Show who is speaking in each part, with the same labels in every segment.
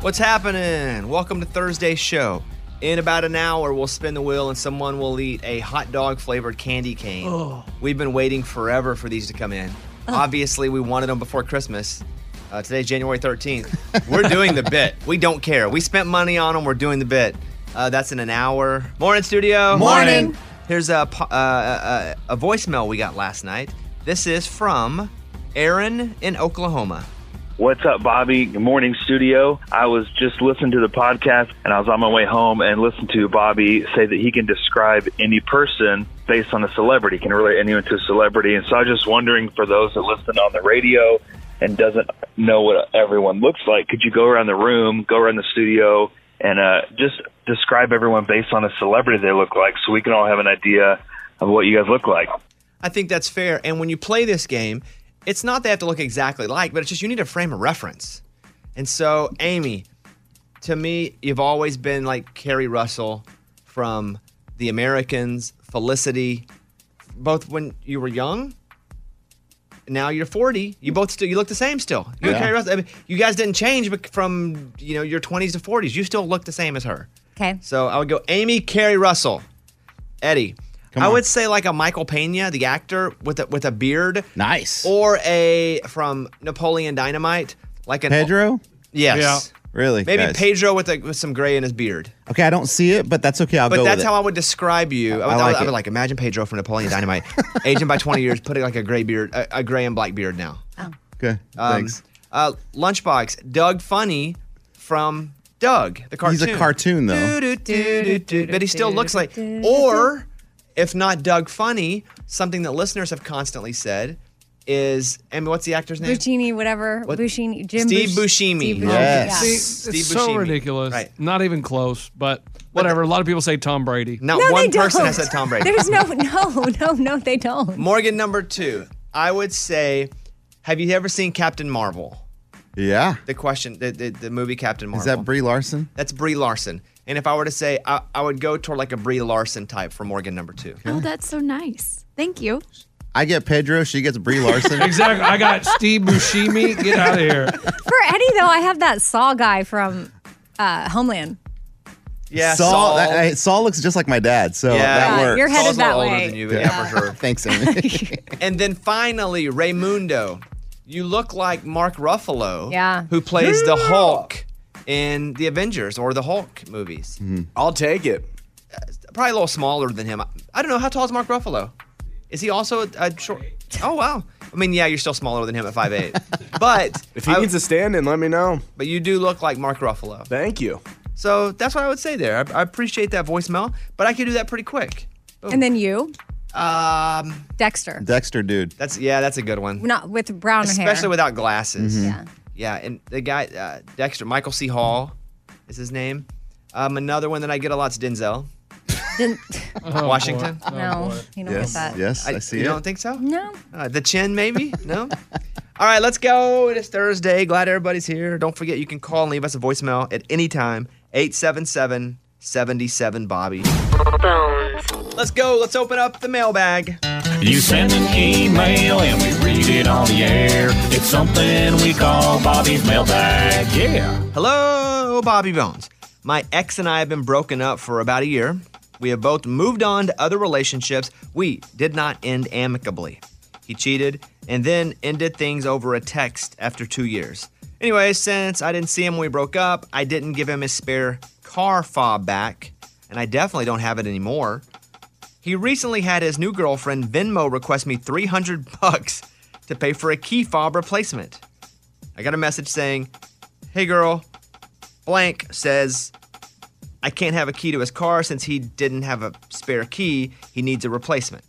Speaker 1: What's happening? Welcome to Thursday's show. In about an hour, we'll spin the wheel and someone will eat a hot dog flavored candy cane. We've been waiting forever for these to come in. Obviously, we wanted them before Christmas. Uh, today's January 13th. We're doing the bit. We don't care. We spent money on them. We're doing the bit. Uh, that's in an hour. Morning, studio.
Speaker 2: Morning.
Speaker 1: Here's a, po- uh, a, a voicemail we got last night. This is from Aaron in Oklahoma.
Speaker 3: What's up, Bobby? Good morning, studio. I was just listening to the podcast and I was on my way home and listened to Bobby say that he can describe any person based on a celebrity, can relate anyone to a celebrity. And so I was just wondering for those that listen on the radio and doesn't know what everyone looks like, could you go around the room, go around the studio, and uh, just describe everyone based on a celebrity they look like so we can all have an idea of what you guys look like?
Speaker 1: I think that's fair. And when you play this game, it's not they have to look exactly like, but it's just you need a frame of reference. And so, Amy, to me, you've always been like Carrie Russell from The Americans, Felicity, both when you were young. Now you're 40. You both still you look the same still. You and
Speaker 4: Yeah.
Speaker 1: Carrie Russell. I mean, you guys didn't change bec- from you know your 20s to 40s. You still look the same as her.
Speaker 5: Okay.
Speaker 1: So I would go Amy Carrie Russell, Eddie. I would say like a Michael Pena, the actor with a, with a beard.
Speaker 4: Nice.
Speaker 1: Or a from Napoleon Dynamite, like an
Speaker 4: Pedro?
Speaker 1: Yes.
Speaker 4: Really?
Speaker 1: Maybe
Speaker 4: guys?
Speaker 1: Pedro with, a, with some gray in his beard.
Speaker 4: Okay, I don't see it, but that's okay. I'll
Speaker 1: But
Speaker 4: go
Speaker 1: that's
Speaker 4: with
Speaker 1: how
Speaker 4: it.
Speaker 1: I would describe you. I would,
Speaker 4: I
Speaker 1: I would-
Speaker 4: like
Speaker 1: I would
Speaker 4: it.
Speaker 1: like imagine Pedro from Napoleon Dynamite, aging by 20 years, putting like a gray beard, a, a gray and black beard now.
Speaker 4: Okay,
Speaker 1: Um,
Speaker 4: thanks.
Speaker 1: Uh, Lunchbox, Doug Funny from Doug, the cartoon.
Speaker 4: He's a cartoon, though.
Speaker 1: Do-do-do-do-do. But he still looks like, or if not Doug Funny, something that listeners have constantly said is, I mean, what's the actor's name?
Speaker 5: Buccini, whatever. Buccini, Jim
Speaker 1: Steve
Speaker 5: Buc-
Speaker 1: Buscemi.
Speaker 5: Steve Buscemi,
Speaker 4: Yes.
Speaker 5: yeah.
Speaker 4: See,
Speaker 2: It's
Speaker 1: Steve
Speaker 2: so
Speaker 1: Buscemi.
Speaker 2: ridiculous.
Speaker 1: Right.
Speaker 2: Not even close, but whatever. a lot of people say Tom Brady.
Speaker 1: Not
Speaker 5: No,
Speaker 1: one
Speaker 5: they
Speaker 1: person
Speaker 5: don't.
Speaker 1: has said Tom Brady.
Speaker 5: There's no, no, no, no, they don't.
Speaker 1: Morgan number two. I would say, have you ever seen Captain Marvel?
Speaker 4: Yeah.
Speaker 1: The question, the, the, the movie Captain Marvel.
Speaker 4: Is that Brie Larson?
Speaker 1: That's Brie Larson. And if I were to say, I, I would go toward like a Brie Larson type for Morgan number two.
Speaker 6: Oh, that's so nice. Thank you.
Speaker 4: I get Pedro. She gets Brie Larson.
Speaker 2: Exactly. I got Steve Buscemi. Get out of here.
Speaker 5: For Eddie, though, I have that Saw guy from uh, Homeland.
Speaker 1: Yeah,
Speaker 4: Saul,
Speaker 1: Saul.
Speaker 4: that- I- Saul looks just like my dad, so that
Speaker 1: Yeah,
Speaker 4: works.
Speaker 5: you're
Speaker 1: Saul's
Speaker 5: headed
Speaker 1: a little
Speaker 5: that
Speaker 1: older
Speaker 5: way.
Speaker 1: than you, but yeah, for sure.
Speaker 4: Thanks, Amy.
Speaker 1: And then finally, Raymundo. You look like Mark Ruffalo,
Speaker 5: Yeah. Hmm?
Speaker 1: who plays the Hulk in the Avengers or the Hulk movies. Uh,
Speaker 7: I'll take it.
Speaker 1: Probably a little smaller than him. I- I don't know how tall is Mark Ruffalo. Is he also a, a short? Oh wow. I mean, yeah, you're still smaller than him at 5'8". but
Speaker 7: If he
Speaker 1: I-
Speaker 7: needs a stand in, let me know.
Speaker 1: but you do look like Mark Ruffalo.
Speaker 7: Thank you.
Speaker 1: So that's what I would say there. I, I appreciate that voicemail, but I could do that pretty quick.
Speaker 5: And then you,
Speaker 1: Um,
Speaker 5: Dexter.
Speaker 4: Dexter, dude.
Speaker 1: that's yeah, that's a good one.
Speaker 5: Not with brown
Speaker 1: especially
Speaker 5: hair.
Speaker 1: without glasses.
Speaker 4: Mm-hmm.
Speaker 5: Yeah.
Speaker 1: Yeah, and the guy uh, Dexter Michael C. Hall is his name. Um, another one that I get a lot is Denzel
Speaker 5: Then-
Speaker 2: Oh,
Speaker 1: Washington.
Speaker 2: boy. Oh,
Speaker 5: no,
Speaker 2: boy.
Speaker 5: you don't
Speaker 4: Yes,
Speaker 5: like that.
Speaker 4: yes, I, see
Speaker 1: you
Speaker 4: it.
Speaker 1: don't think so?
Speaker 5: No.
Speaker 1: Uh, the chin, maybe? No? All right, let's go. It is Thursday. Glad everybody's here. Don't forget, you can call and leave us a voicemail at any time 877 77 Bobby. Let's go. Let's open up the mailbag.
Speaker 8: You send an email and we read it on the air. It's something we call Bobby's mailbag. Yeah.
Speaker 1: Hello, Bobby Bones. My ex and I have been broken up for about a year. We have both moved on to other relationships. We did not end amicably. He cheated and then ended things over a text after two years. Anyway, since I didn't see him when we broke up, I didn't give him his spare car fob back, and I definitely don't have it anymore. He recently had his new girlfriend Venmo request me 300 bucks to pay for a key fob replacement. I got a message saying, Hey girl, blank says, I can't have a key to his car since he didn't have a spare key. He needs a replacement.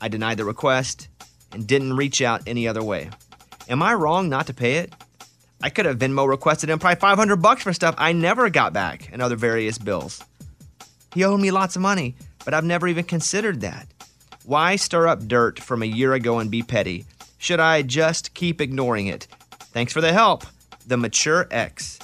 Speaker 1: I denied the request and didn't reach out any other way. Am I wrong not to pay it? I could have Venmo requested him probably 500 bucks for stuff I never got back and other various bills. He owed me lots of money, but I've never even considered that. Why stir up dirt from a year ago and be petty? Should I just keep ignoring it? Thanks for the help. The mature ex.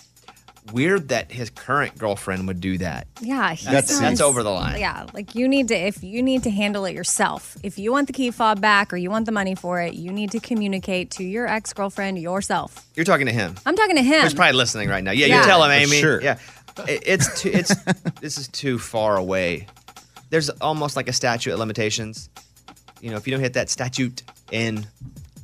Speaker 1: weird that his current girlfriend would do that.
Speaker 5: Yeah, he
Speaker 1: That's-
Speaker 5: says-
Speaker 1: that's over the line.
Speaker 5: Yeah, like you need to if you need to handle it yourself. If you want the key fob back or you want the money for it, you need to communicate to your ex girlfriend yourself.
Speaker 1: You're talking to him.
Speaker 5: I'm talking to him.
Speaker 1: He's probably listening right now. Yeah,
Speaker 5: Yeah.
Speaker 1: you tell him,
Speaker 4: For
Speaker 1: Amy.
Speaker 4: sure.
Speaker 1: Yeah, It- it's too, it's this is too far away. There's almost like a statute of limitations. You know, if you don't hit that statute in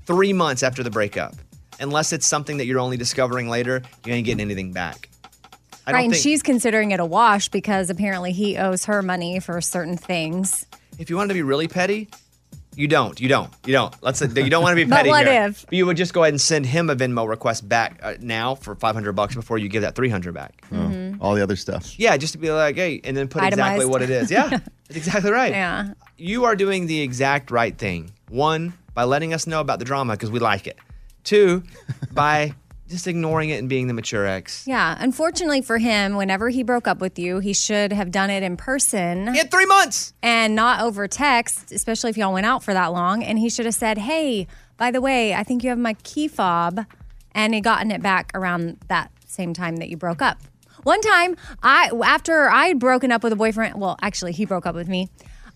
Speaker 1: three months after the breakup, unless it's something that you're only discovering later, you ain't getting anything back. I
Speaker 5: right,
Speaker 1: don't
Speaker 5: and
Speaker 1: think
Speaker 5: she's considering it a wash because apparently he owes her money for certain things.
Speaker 1: if you wanted to be really petty, you don't, you don't, you don't. Let's you don't want to be
Speaker 5: But
Speaker 1: petty
Speaker 5: what
Speaker 1: here.
Speaker 5: if?
Speaker 1: But you would just go ahead and send him a Venmo request back uh, now for 500 bucks before you give that 300 back.
Speaker 4: Hmm.
Speaker 9: Mm-hmm.
Speaker 4: All the other stuff.
Speaker 1: Yeah, just to be like, hey, and then put exactly
Speaker 5: Itemized.
Speaker 1: what it is. Yeah, that's exactly right.
Speaker 5: Yeah.
Speaker 1: You are doing the exact right thing. One, by letting us know about the drama because we like it. Two, by just ignoring it and being the mature ex.
Speaker 5: Yeah, unfortunately for him, whenever he broke up with you, he should have done it in person
Speaker 1: He had three months.
Speaker 5: and not over text, especially if y'all went out for that long. And he should have said, "Hey, by the way, I think you have my key fob," and he gotten it back around that same time that you broke up. One time, I after I had broken up with a boyfriend. Well, actually, he broke up with me,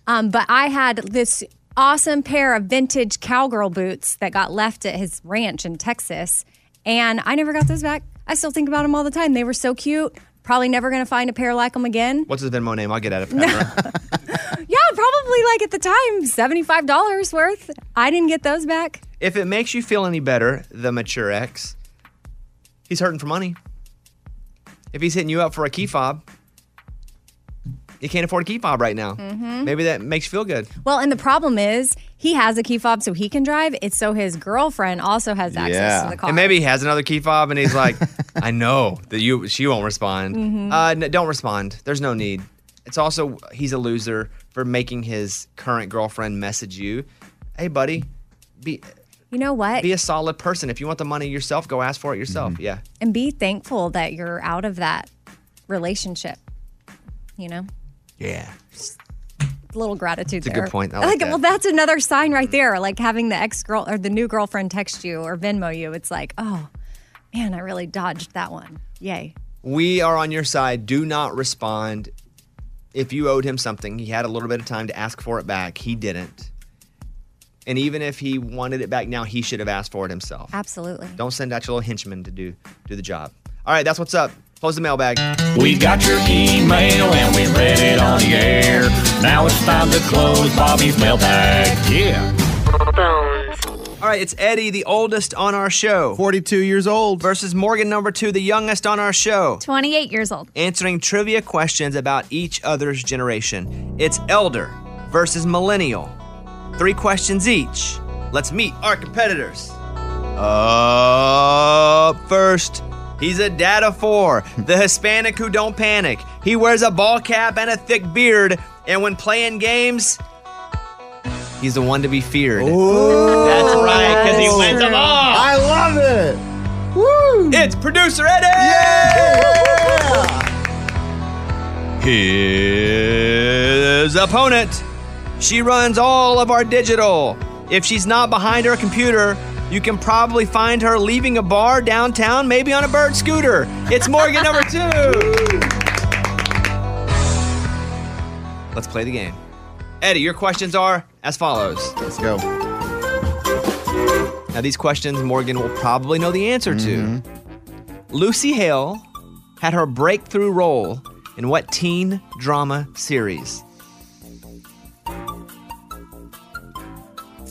Speaker 5: um, but I had this awesome pair of vintage cowgirl boots that got left at his ranch in Texas, and I never got those back. I still think about them all the time. They were so cute. Probably never gonna find a pair like them again.
Speaker 1: What's his Venmo name? I'll get at it. forever.
Speaker 5: Yeah, probably like at the time, $75 worth. I didn't get those back.
Speaker 1: if it makes you feel any better, the mature ex, he's hurting for money. If he's hitting you up for a key fob, you can't afford a key fob right now.
Speaker 5: Mm-hmm.
Speaker 1: Maybe that makes you feel good.
Speaker 5: Well, and the problem is he has a key fob so he can drive. It's so his girlfriend also has access
Speaker 4: Yeah.
Speaker 5: to the car.
Speaker 1: And maybe he has another key fob, and he's like, "I know that you she won't respond.
Speaker 5: Mm-hmm.
Speaker 1: Uh, n- don't respond. There's no need. It's also he's a loser for making his current girlfriend message you, "Hey, buddy, be
Speaker 5: you know what?
Speaker 1: be a solid person. If you want the money yourself, go ask for it yourself. Yeah,
Speaker 5: and be thankful that you're out of that relationship. You know,
Speaker 1: yeah.
Speaker 5: a little gratitude
Speaker 1: a
Speaker 5: there.
Speaker 1: good point. I like that.
Speaker 5: well, that's another sign right there. Like having the ex girl or the new girlfriend text you or Venmo you. It's like, oh man, I really dodged that one. Yay.
Speaker 1: We are on your side. Do not respond. If you owed him something, he had a little bit of time to ask for it back. He didn't. And even if he wanted it back now, he should have asked for it himself.
Speaker 5: Absolutely.
Speaker 1: Don't send out your little henchman to do do the job. All right, that's what's up. Close the mailbag.
Speaker 8: We got your email and we read it on the air. Now it's time to close Bobby's mailbag. Yeah.
Speaker 1: All right, it's Eddie, the oldest on our show,
Speaker 4: 42 years old.
Speaker 1: versus Morgan, number two, the youngest on our show,
Speaker 6: 28 years old.
Speaker 1: answering trivia questions about each other's generation. It's elder versus millennial. Three questions each. Let's meet our competitors. Up first, he's a dad of four, the Hispanic who don't panic. He wears a ball cap and a thick beard, and when playing games, he's the one to be feared. That's right, because he wins them all.
Speaker 4: I love it.
Speaker 1: It's producer Eddie. His opponent. She runs all of our digital. If she's not behind her computer, you can probably find her leaving a bar downtown, maybe on a bird scooter. It's Morgan number two. Let's play the game. Eddie, your questions are as follows.
Speaker 4: Let's go.
Speaker 1: Now, these questions Morgan will probably know the answer
Speaker 4: Mm-hmm.
Speaker 1: to. Lucy Hale had her breakthrough role in what teen drama series?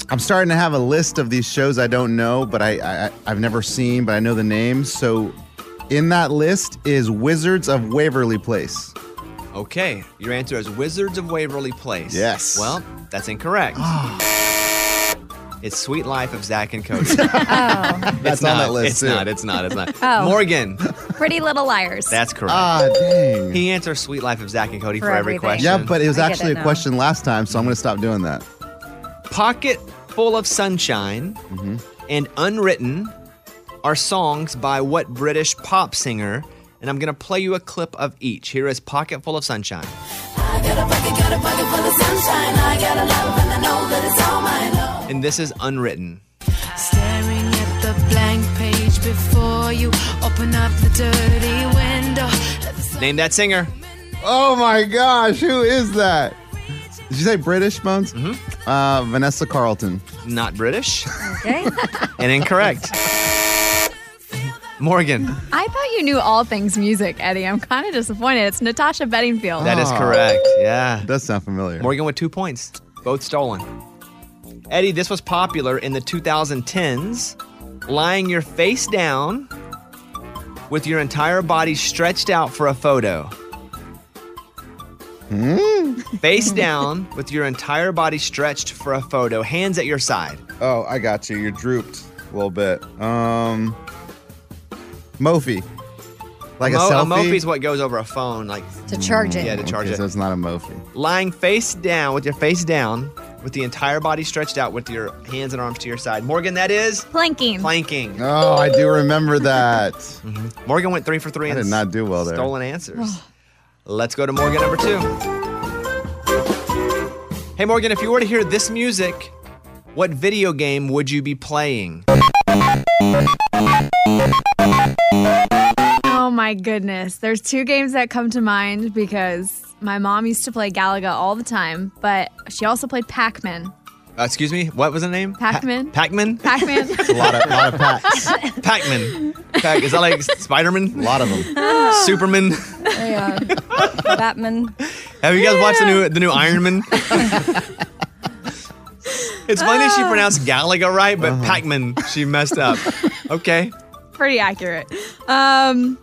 Speaker 4: I'm starting to have a list of these shows I don't know, but I, I I- I've never seen, but I know the names. So in that list is Wizards of Waverly Place.
Speaker 1: Okay, your answer is Wizards of Waverly Place.
Speaker 4: Yes. Ah.
Speaker 1: Well, that's incorrect. it's Sweet Life of Zach and Cody.
Speaker 4: Oh. That's on that list
Speaker 1: It's
Speaker 4: too.
Speaker 1: not. It's not. It's not. Morgan,
Speaker 6: Pretty Little Liars.
Speaker 1: that's correct.
Speaker 4: ah, dang.
Speaker 1: he answers Sweet Life of Zach and Cody for,
Speaker 5: For
Speaker 1: every
Speaker 5: everything.
Speaker 1: question.
Speaker 4: yeah, but it was
Speaker 5: I get
Speaker 4: actually
Speaker 5: it
Speaker 4: a
Speaker 5: now.
Speaker 4: question last time, so I'm going to stop doing that.
Speaker 1: Pocket Full of Sunshine
Speaker 4: Mm-hmm.
Speaker 1: and Unwritten are songs by what British pop singer? And I'm going to play you a clip of each. Here is Pocket Full of Sunshine. And this is Unwritten.
Speaker 9: Staring at the blank page before you, open up the dirty window.
Speaker 1: Name that singer.
Speaker 4: Oh my gosh, who is that? Did you say British Bones? Mm-hmm. Uh, Vanessa Carlton.
Speaker 1: Not British
Speaker 5: Okay.
Speaker 1: and incorrect. Morgan,
Speaker 6: I thought you knew all things music, Eddie. I'm kind of disappointed. It's Natasha Bedingfield.
Speaker 1: that is correct. Yeah.
Speaker 4: Ah. Does sound familiar.
Speaker 1: Morgan with two points, both stolen. Eddie, this was popular in the 2010s. Lying your face down with your entire body stretched out for a photo.
Speaker 4: Hmm.
Speaker 1: Face down with your entire body stretched for a photo, hands at your side.
Speaker 4: Oh, I got you. You're drooped a little bit. Um, Mophie. Like a
Speaker 1: Mo-
Speaker 4: selfie.
Speaker 1: mophie is what goes over a phone, like
Speaker 5: to charge it.
Speaker 1: yeah, to charge
Speaker 4: okay,
Speaker 1: it.
Speaker 4: so it's not a Mophie.
Speaker 1: lying face down with your face down with the entire body stretched out with your hands and arms to your side morgan that is
Speaker 6: Planking.
Speaker 1: planking
Speaker 4: Oh, I do remember that.
Speaker 1: morgan went three for three
Speaker 4: I
Speaker 1: and
Speaker 4: did not do well there.
Speaker 1: stolen answers let's go to morgan number two hey morgan if you were to hear this music what video game would you be playing
Speaker 6: Oh my goodness. There's two games that come to mind because my mom used to play Galaga all the time, but she also played Pac Man.
Speaker 1: Uh, excuse me what was the name
Speaker 6: Pac-Man.
Speaker 1: Pa- pac-man
Speaker 6: Pac Man.
Speaker 4: A lot of, lot of packs. A
Speaker 1: pac-man Pac- is that like spider-man
Speaker 4: lot of them.
Speaker 1: superman
Speaker 5: Yeah. uh, Batman.
Speaker 1: Have you guys watched the new the new Iron Man? it's funny
Speaker 6: Uh.
Speaker 1: she pronounced Galaga right,
Speaker 4: Uh-huh.
Speaker 1: but Pac-Man she messed up. Okay,
Speaker 6: Pretty accurate. Um,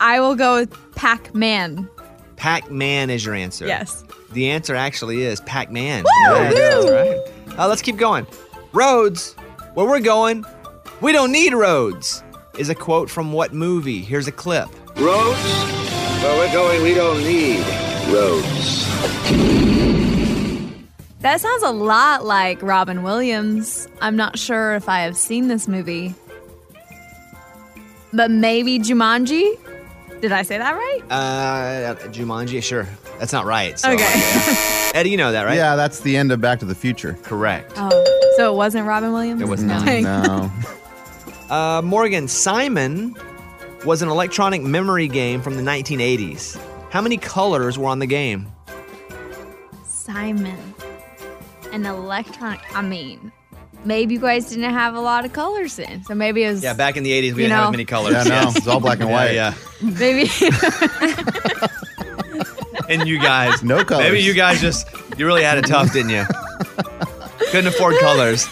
Speaker 6: I will go with Pac Man.
Speaker 1: Pac-Man is your answer.
Speaker 6: Yes.
Speaker 1: The answer actually is Pac-Man. Yes, that's right. Uh, let's keep going. Roads, where we're going, we don't need roads. Is a quote from what movie? Here's a clip.
Speaker 9: Roads? Where we're going, we don't need roads.
Speaker 6: That sounds a lot like Robin Williams. I'm not sure if I have seen this movie, but maybe Jumanji? Did I say that right?
Speaker 1: Uh, Jumanji. Sure, that's not right. So.
Speaker 6: Okay.
Speaker 1: Eddie, you know that, right?
Speaker 4: Yeah, that's the end of Back to the Future.
Speaker 1: Correct.
Speaker 6: Oh, so it wasn't Robin Williams?
Speaker 1: It was
Speaker 6: No.
Speaker 1: not.
Speaker 4: No.
Speaker 1: Uh, Morgan Simon was an electronic memory game from the 1980s. How many colors were on the game?
Speaker 6: Simon. An electronic. I mean, maybe you guys didn't have a lot of colors in. So maybe it was.
Speaker 1: Yeah, back in the 80s, we
Speaker 6: You
Speaker 1: didn't
Speaker 6: know.
Speaker 1: have many colors.
Speaker 4: Yeah, no. It's all black and white.
Speaker 1: Yeah,
Speaker 6: Maybe.
Speaker 1: yeah. And you guys.
Speaker 4: No colors.
Speaker 1: Maybe you guys just, you really had it tough, didn't you? Couldn't afford colors.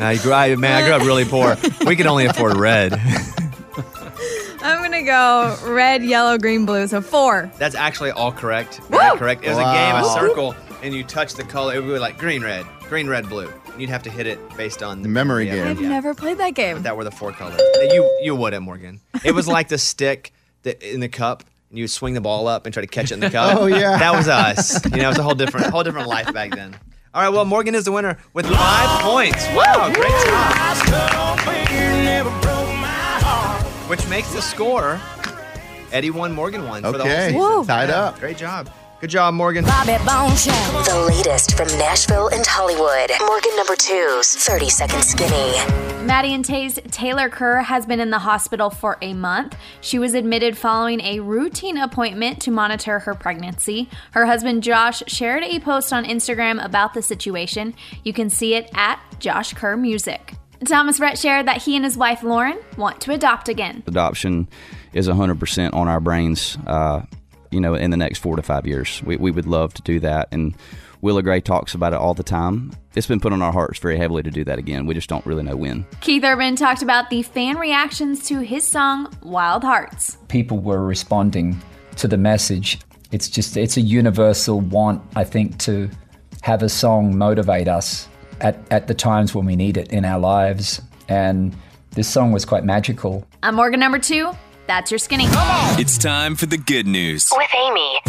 Speaker 1: I grew, I, man, I grew up really poor. We could only afford red.
Speaker 6: I'm going to go red, yellow, green, blue. So four.
Speaker 1: That's actually all correct. Very correct. It was
Speaker 4: Wow.
Speaker 1: a game, a circle, and you touch the color. It would be like green, red, green, red, blue. You'd have to hit it based on the
Speaker 4: Memory game.
Speaker 6: I've
Speaker 1: yeah.
Speaker 6: never played that game.
Speaker 1: that were the four colors. Uh, You you would it, Morgan. It was like the stick that in the cup, and you would swing the ball up and try to catch it in the cup.
Speaker 4: Oh, yeah.
Speaker 1: that was us. You know, it was a whole different whole different life back then. All right, well, Morgan is the winner with five points. Wow, great job. Which makes the score Eddie one, Morgan one. For the whole
Speaker 4: Okay.
Speaker 1: season.
Speaker 6: Whoa.
Speaker 4: Tied
Speaker 1: Yeah,
Speaker 4: up.
Speaker 1: Great job. Good job, Morgan.
Speaker 10: Bobby Bone Show.
Speaker 11: The latest from Nashville and Hollywood. Morgan number two's 30 Second Skinny.
Speaker 6: Maddie and Tay's Taylor Kerr has been in the hospital for a month. She was admitted following a routine appointment to monitor her pregnancy. Her husband Josh shared a post on Instagram about the situation. You can see it at Josh Kerr Music. Thomas Rhett shared that he and his wife Lauren want to adopt again.
Speaker 9: Adoption is 100% on our brains, uh, you know, in the next four to five years. We, we would love to do that. And Willa Gray talks about it all the time. It's been put on our hearts very heavily to do that again. We just don't really know when.
Speaker 6: Keith Urban talked about the fan reactions to his song Wild Hearts.
Speaker 9: people were responding to the message. It's just it's a universal want, I think, to have a song motivate us at, at the times when we need it in our lives. And this song was quite magical.
Speaker 6: I'm Morgan number two. That's your skinny.
Speaker 8: It's time for the good news.
Speaker 11: With Amy.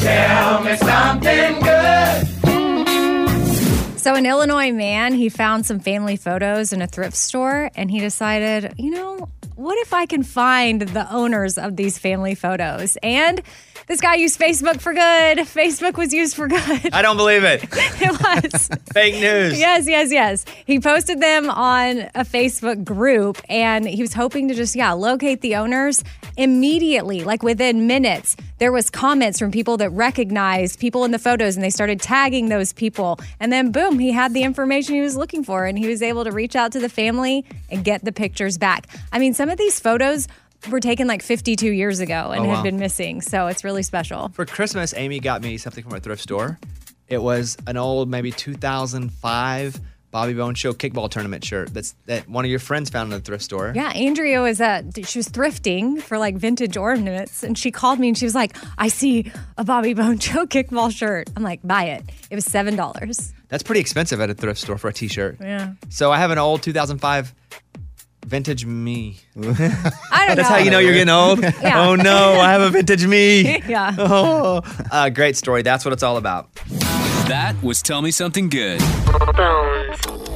Speaker 5: So, an Illinois man, he found some family photos in a thrift store and he decided, you know, what if I can find the owners of these family photos? And This guy used Facebook for good. Facebook was used for good.
Speaker 1: I don't believe it.
Speaker 5: it was.
Speaker 1: Fake news.
Speaker 5: Yes, yes, yes. He posted them on a Facebook group and he was hoping to just, yeah, locate the owners immediately, like within minutes. There was comments from people that recognized people in the photos and they started tagging those people. And then boom, he had the information he was looking for and he was able to reach out to the family and get the pictures back. I mean, some of these photos were taken like 52 years ago and
Speaker 1: Oh,
Speaker 5: have
Speaker 1: wow.
Speaker 5: been missing. So it's really special.
Speaker 1: For Christmas, Amy got me something from a thrift store. It was an old, maybe 2005 Bobby Bone Show kickball tournament shirt that's that one of your friends found in the thrift store.
Speaker 5: Yeah, Andrea was at she was thrifting for like vintage ornaments, and she called me and she was like, "I see a Bobby Bone Joe kickball shirt." I'm like, "Buy it." It was seven dollars.
Speaker 1: That's pretty expensive at a thrift store for a T-shirt.
Speaker 5: Yeah,
Speaker 1: So I have an old 2005 vintage me.
Speaker 5: I don't
Speaker 1: That's
Speaker 5: know.
Speaker 1: how you know you're getting old.
Speaker 5: Yeah.
Speaker 1: Oh no, I have a vintage me.
Speaker 5: yeah.
Speaker 1: Oh, uh, great story. That's what it's all about.
Speaker 10: That was Tell Me Something Good.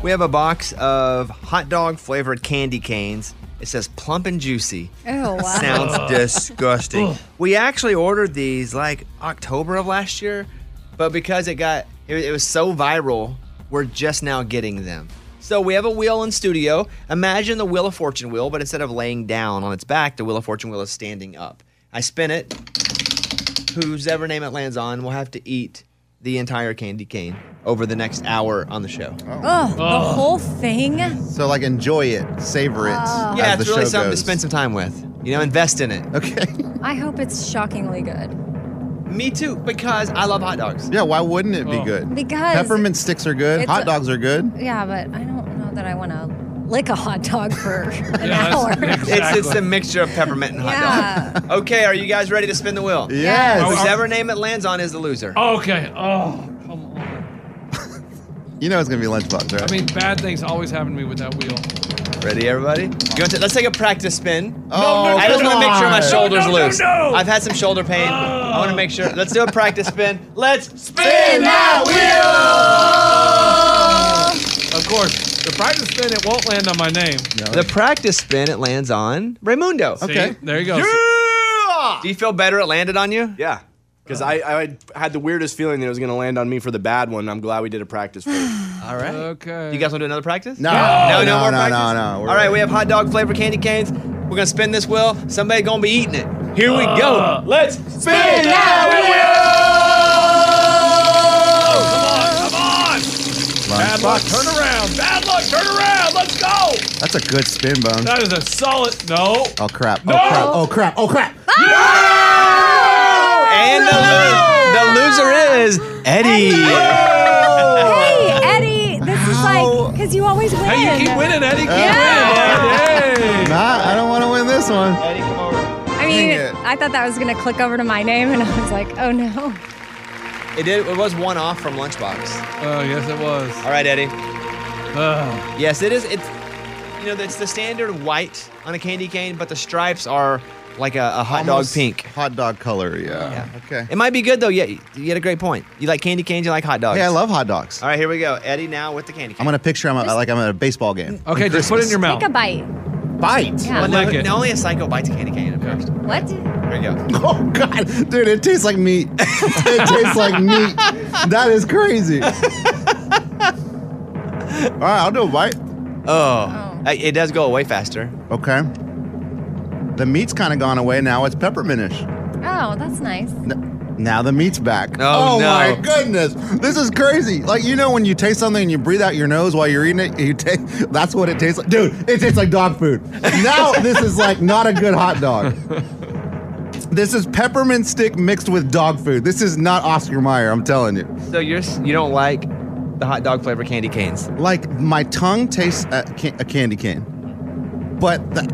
Speaker 1: We have a box of hot dog flavored candy canes. It says plump and juicy.
Speaker 5: Ew,
Speaker 8: Oh,
Speaker 5: wow.
Speaker 1: Sounds disgusting.
Speaker 5: Ugh.
Speaker 1: we actually ordered these like October of last year, but because it got it, it was so viral, we're just now getting them. So we have a wheel in studio. Imagine the Wheel of Fortune wheel, but instead of laying down on its back, the Wheel of Fortune wheel is standing up. I spin it. Whose ever name it lands on will have to eat the entire candy cane over the next hour on the show.
Speaker 5: Oh, the
Speaker 1: Ugh.
Speaker 5: whole thing.
Speaker 1: So like enjoy it, savor it.
Speaker 5: Oh.
Speaker 1: yeah,
Speaker 5: as
Speaker 1: it's
Speaker 5: the
Speaker 1: really
Speaker 5: show
Speaker 1: something
Speaker 5: goes.
Speaker 1: to spend some time with. You know, invest in it. Okay.
Speaker 5: I hope it's shockingly good
Speaker 1: Me too, because I love hot dogs.
Speaker 4: Yeah, why wouldn't it be
Speaker 1: Oh.
Speaker 4: good?
Speaker 5: because
Speaker 4: Peppermint sticks are good.
Speaker 5: it's
Speaker 4: Hot
Speaker 5: a-
Speaker 4: dogs are good.
Speaker 5: Yeah, but I don't know that I want to lick a hot dog for an
Speaker 1: Yeah,
Speaker 5: hour.
Speaker 1: It's it's a mixture of peppermint and hot dog. Okay, are you guys ready to spin the wheel?
Speaker 4: Yes.
Speaker 1: Whose ever name it lands on is the loser.
Speaker 2: Okay. Oh,
Speaker 4: You know it's gonna be lunchbox, right?
Speaker 2: I mean, bad things always happen to me with that wheel.
Speaker 1: Ready, everybody? You want to, let's take a practice spin.
Speaker 2: Oh, no,
Speaker 1: I just
Speaker 2: come
Speaker 1: want to make sure my
Speaker 2: on. No,
Speaker 1: shoulder's
Speaker 2: no, no,
Speaker 1: loose.
Speaker 2: no.
Speaker 1: I've had some shoulder pain. I want to make sure. Let's do a practice spin. Let's spin
Speaker 2: that
Speaker 5: Uh.
Speaker 1: wheel.
Speaker 2: Of course, the practice spin it won't land on my name.
Speaker 1: The practice spin it lands on Raymundo.
Speaker 2: See? there you go.
Speaker 1: Do you feel better it landed on you?
Speaker 7: Yeah. Because I, I had- had the weirdest feeling that it was going to land on me for the bad one. I'm glad we did a practice for it.
Speaker 1: All right.
Speaker 2: Okay.
Speaker 1: You guys want to do another practice?
Speaker 7: No.
Speaker 1: No, no,
Speaker 7: No,
Speaker 1: more
Speaker 7: no,
Speaker 1: practice.
Speaker 7: no, no.
Speaker 1: All
Speaker 7: We're
Speaker 1: right, we have hot dog flavored candy canes. We're gonna spin this wheel. Somebody gonna be eating it. Here we go. Uh, Let's spin
Speaker 2: Bad luck, turn around. Bad luck, turn around. Let's go.
Speaker 4: That's a good spin bone.
Speaker 2: That is a solid no.
Speaker 4: Oh crap.
Speaker 2: No!
Speaker 4: Oh crap. Oh crap. Oh crap.
Speaker 1: And
Speaker 2: uh,
Speaker 1: the, lo- the loser is Eddie.
Speaker 5: Hey, Eddie, this is like because you always win.
Speaker 2: Hey, you keep winning, Eddie. Keep winning. Eddie.
Speaker 4: Nah, I don't want to win this one.
Speaker 1: Eddie, come over.
Speaker 5: I mean,
Speaker 1: Dang it.
Speaker 5: I thought that was gonna click over to my name, and I was like, oh no.
Speaker 1: It did. It was one off from Lunchbox.
Speaker 2: Oh yes, it was.
Speaker 1: All right, Eddie. Yes, it is. It's you know it's the standard white on a candy cane, but the stripes are like a, a hot
Speaker 4: Almost
Speaker 1: dog pink.
Speaker 4: Hot dog color. Yeah. Okay.
Speaker 1: It might be good though. Yeah, you you get a great point. You like candy canes, you like hot dogs.
Speaker 4: Hey, I love hot dogs.
Speaker 1: All right, here we go. Eddie now with the candy cane.
Speaker 4: I'm gonna picture I'm a, like I'm at a baseball game.
Speaker 2: Okay,
Speaker 4: On
Speaker 2: just put it in your
Speaker 4: Christmas.
Speaker 5: Take a bite.
Speaker 4: Bite.
Speaker 5: Yeah.
Speaker 1: Well, no,
Speaker 5: Lick it.
Speaker 1: no, only a psycho bites a candy cane at first.
Speaker 5: What?
Speaker 1: There you go.
Speaker 4: Oh god, dude, it tastes like meat. it tastes like meat. That is crazy. All right, I'll do a bite.
Speaker 1: Oh, Uh, it does go away faster.
Speaker 4: Okay. The meat's kind of gone away now. It's peppermintish.
Speaker 5: Oh, that's nice.
Speaker 4: Now the meat's back.
Speaker 1: Oh, no.
Speaker 4: my goodness, this is crazy. Like you know when you taste something and you breathe out your nose while you're eating it, you taste. That's what it tastes like, dude. It tastes like dog food. Now this is like not a good hot dog. This is peppermint stick mixed with dog food. This is not Oscar Mayer. I'm telling you.
Speaker 1: So you're s- you don't like the hot dog flavor candy canes?
Speaker 4: Like my tongue tastes a, ca- a candy cane, but the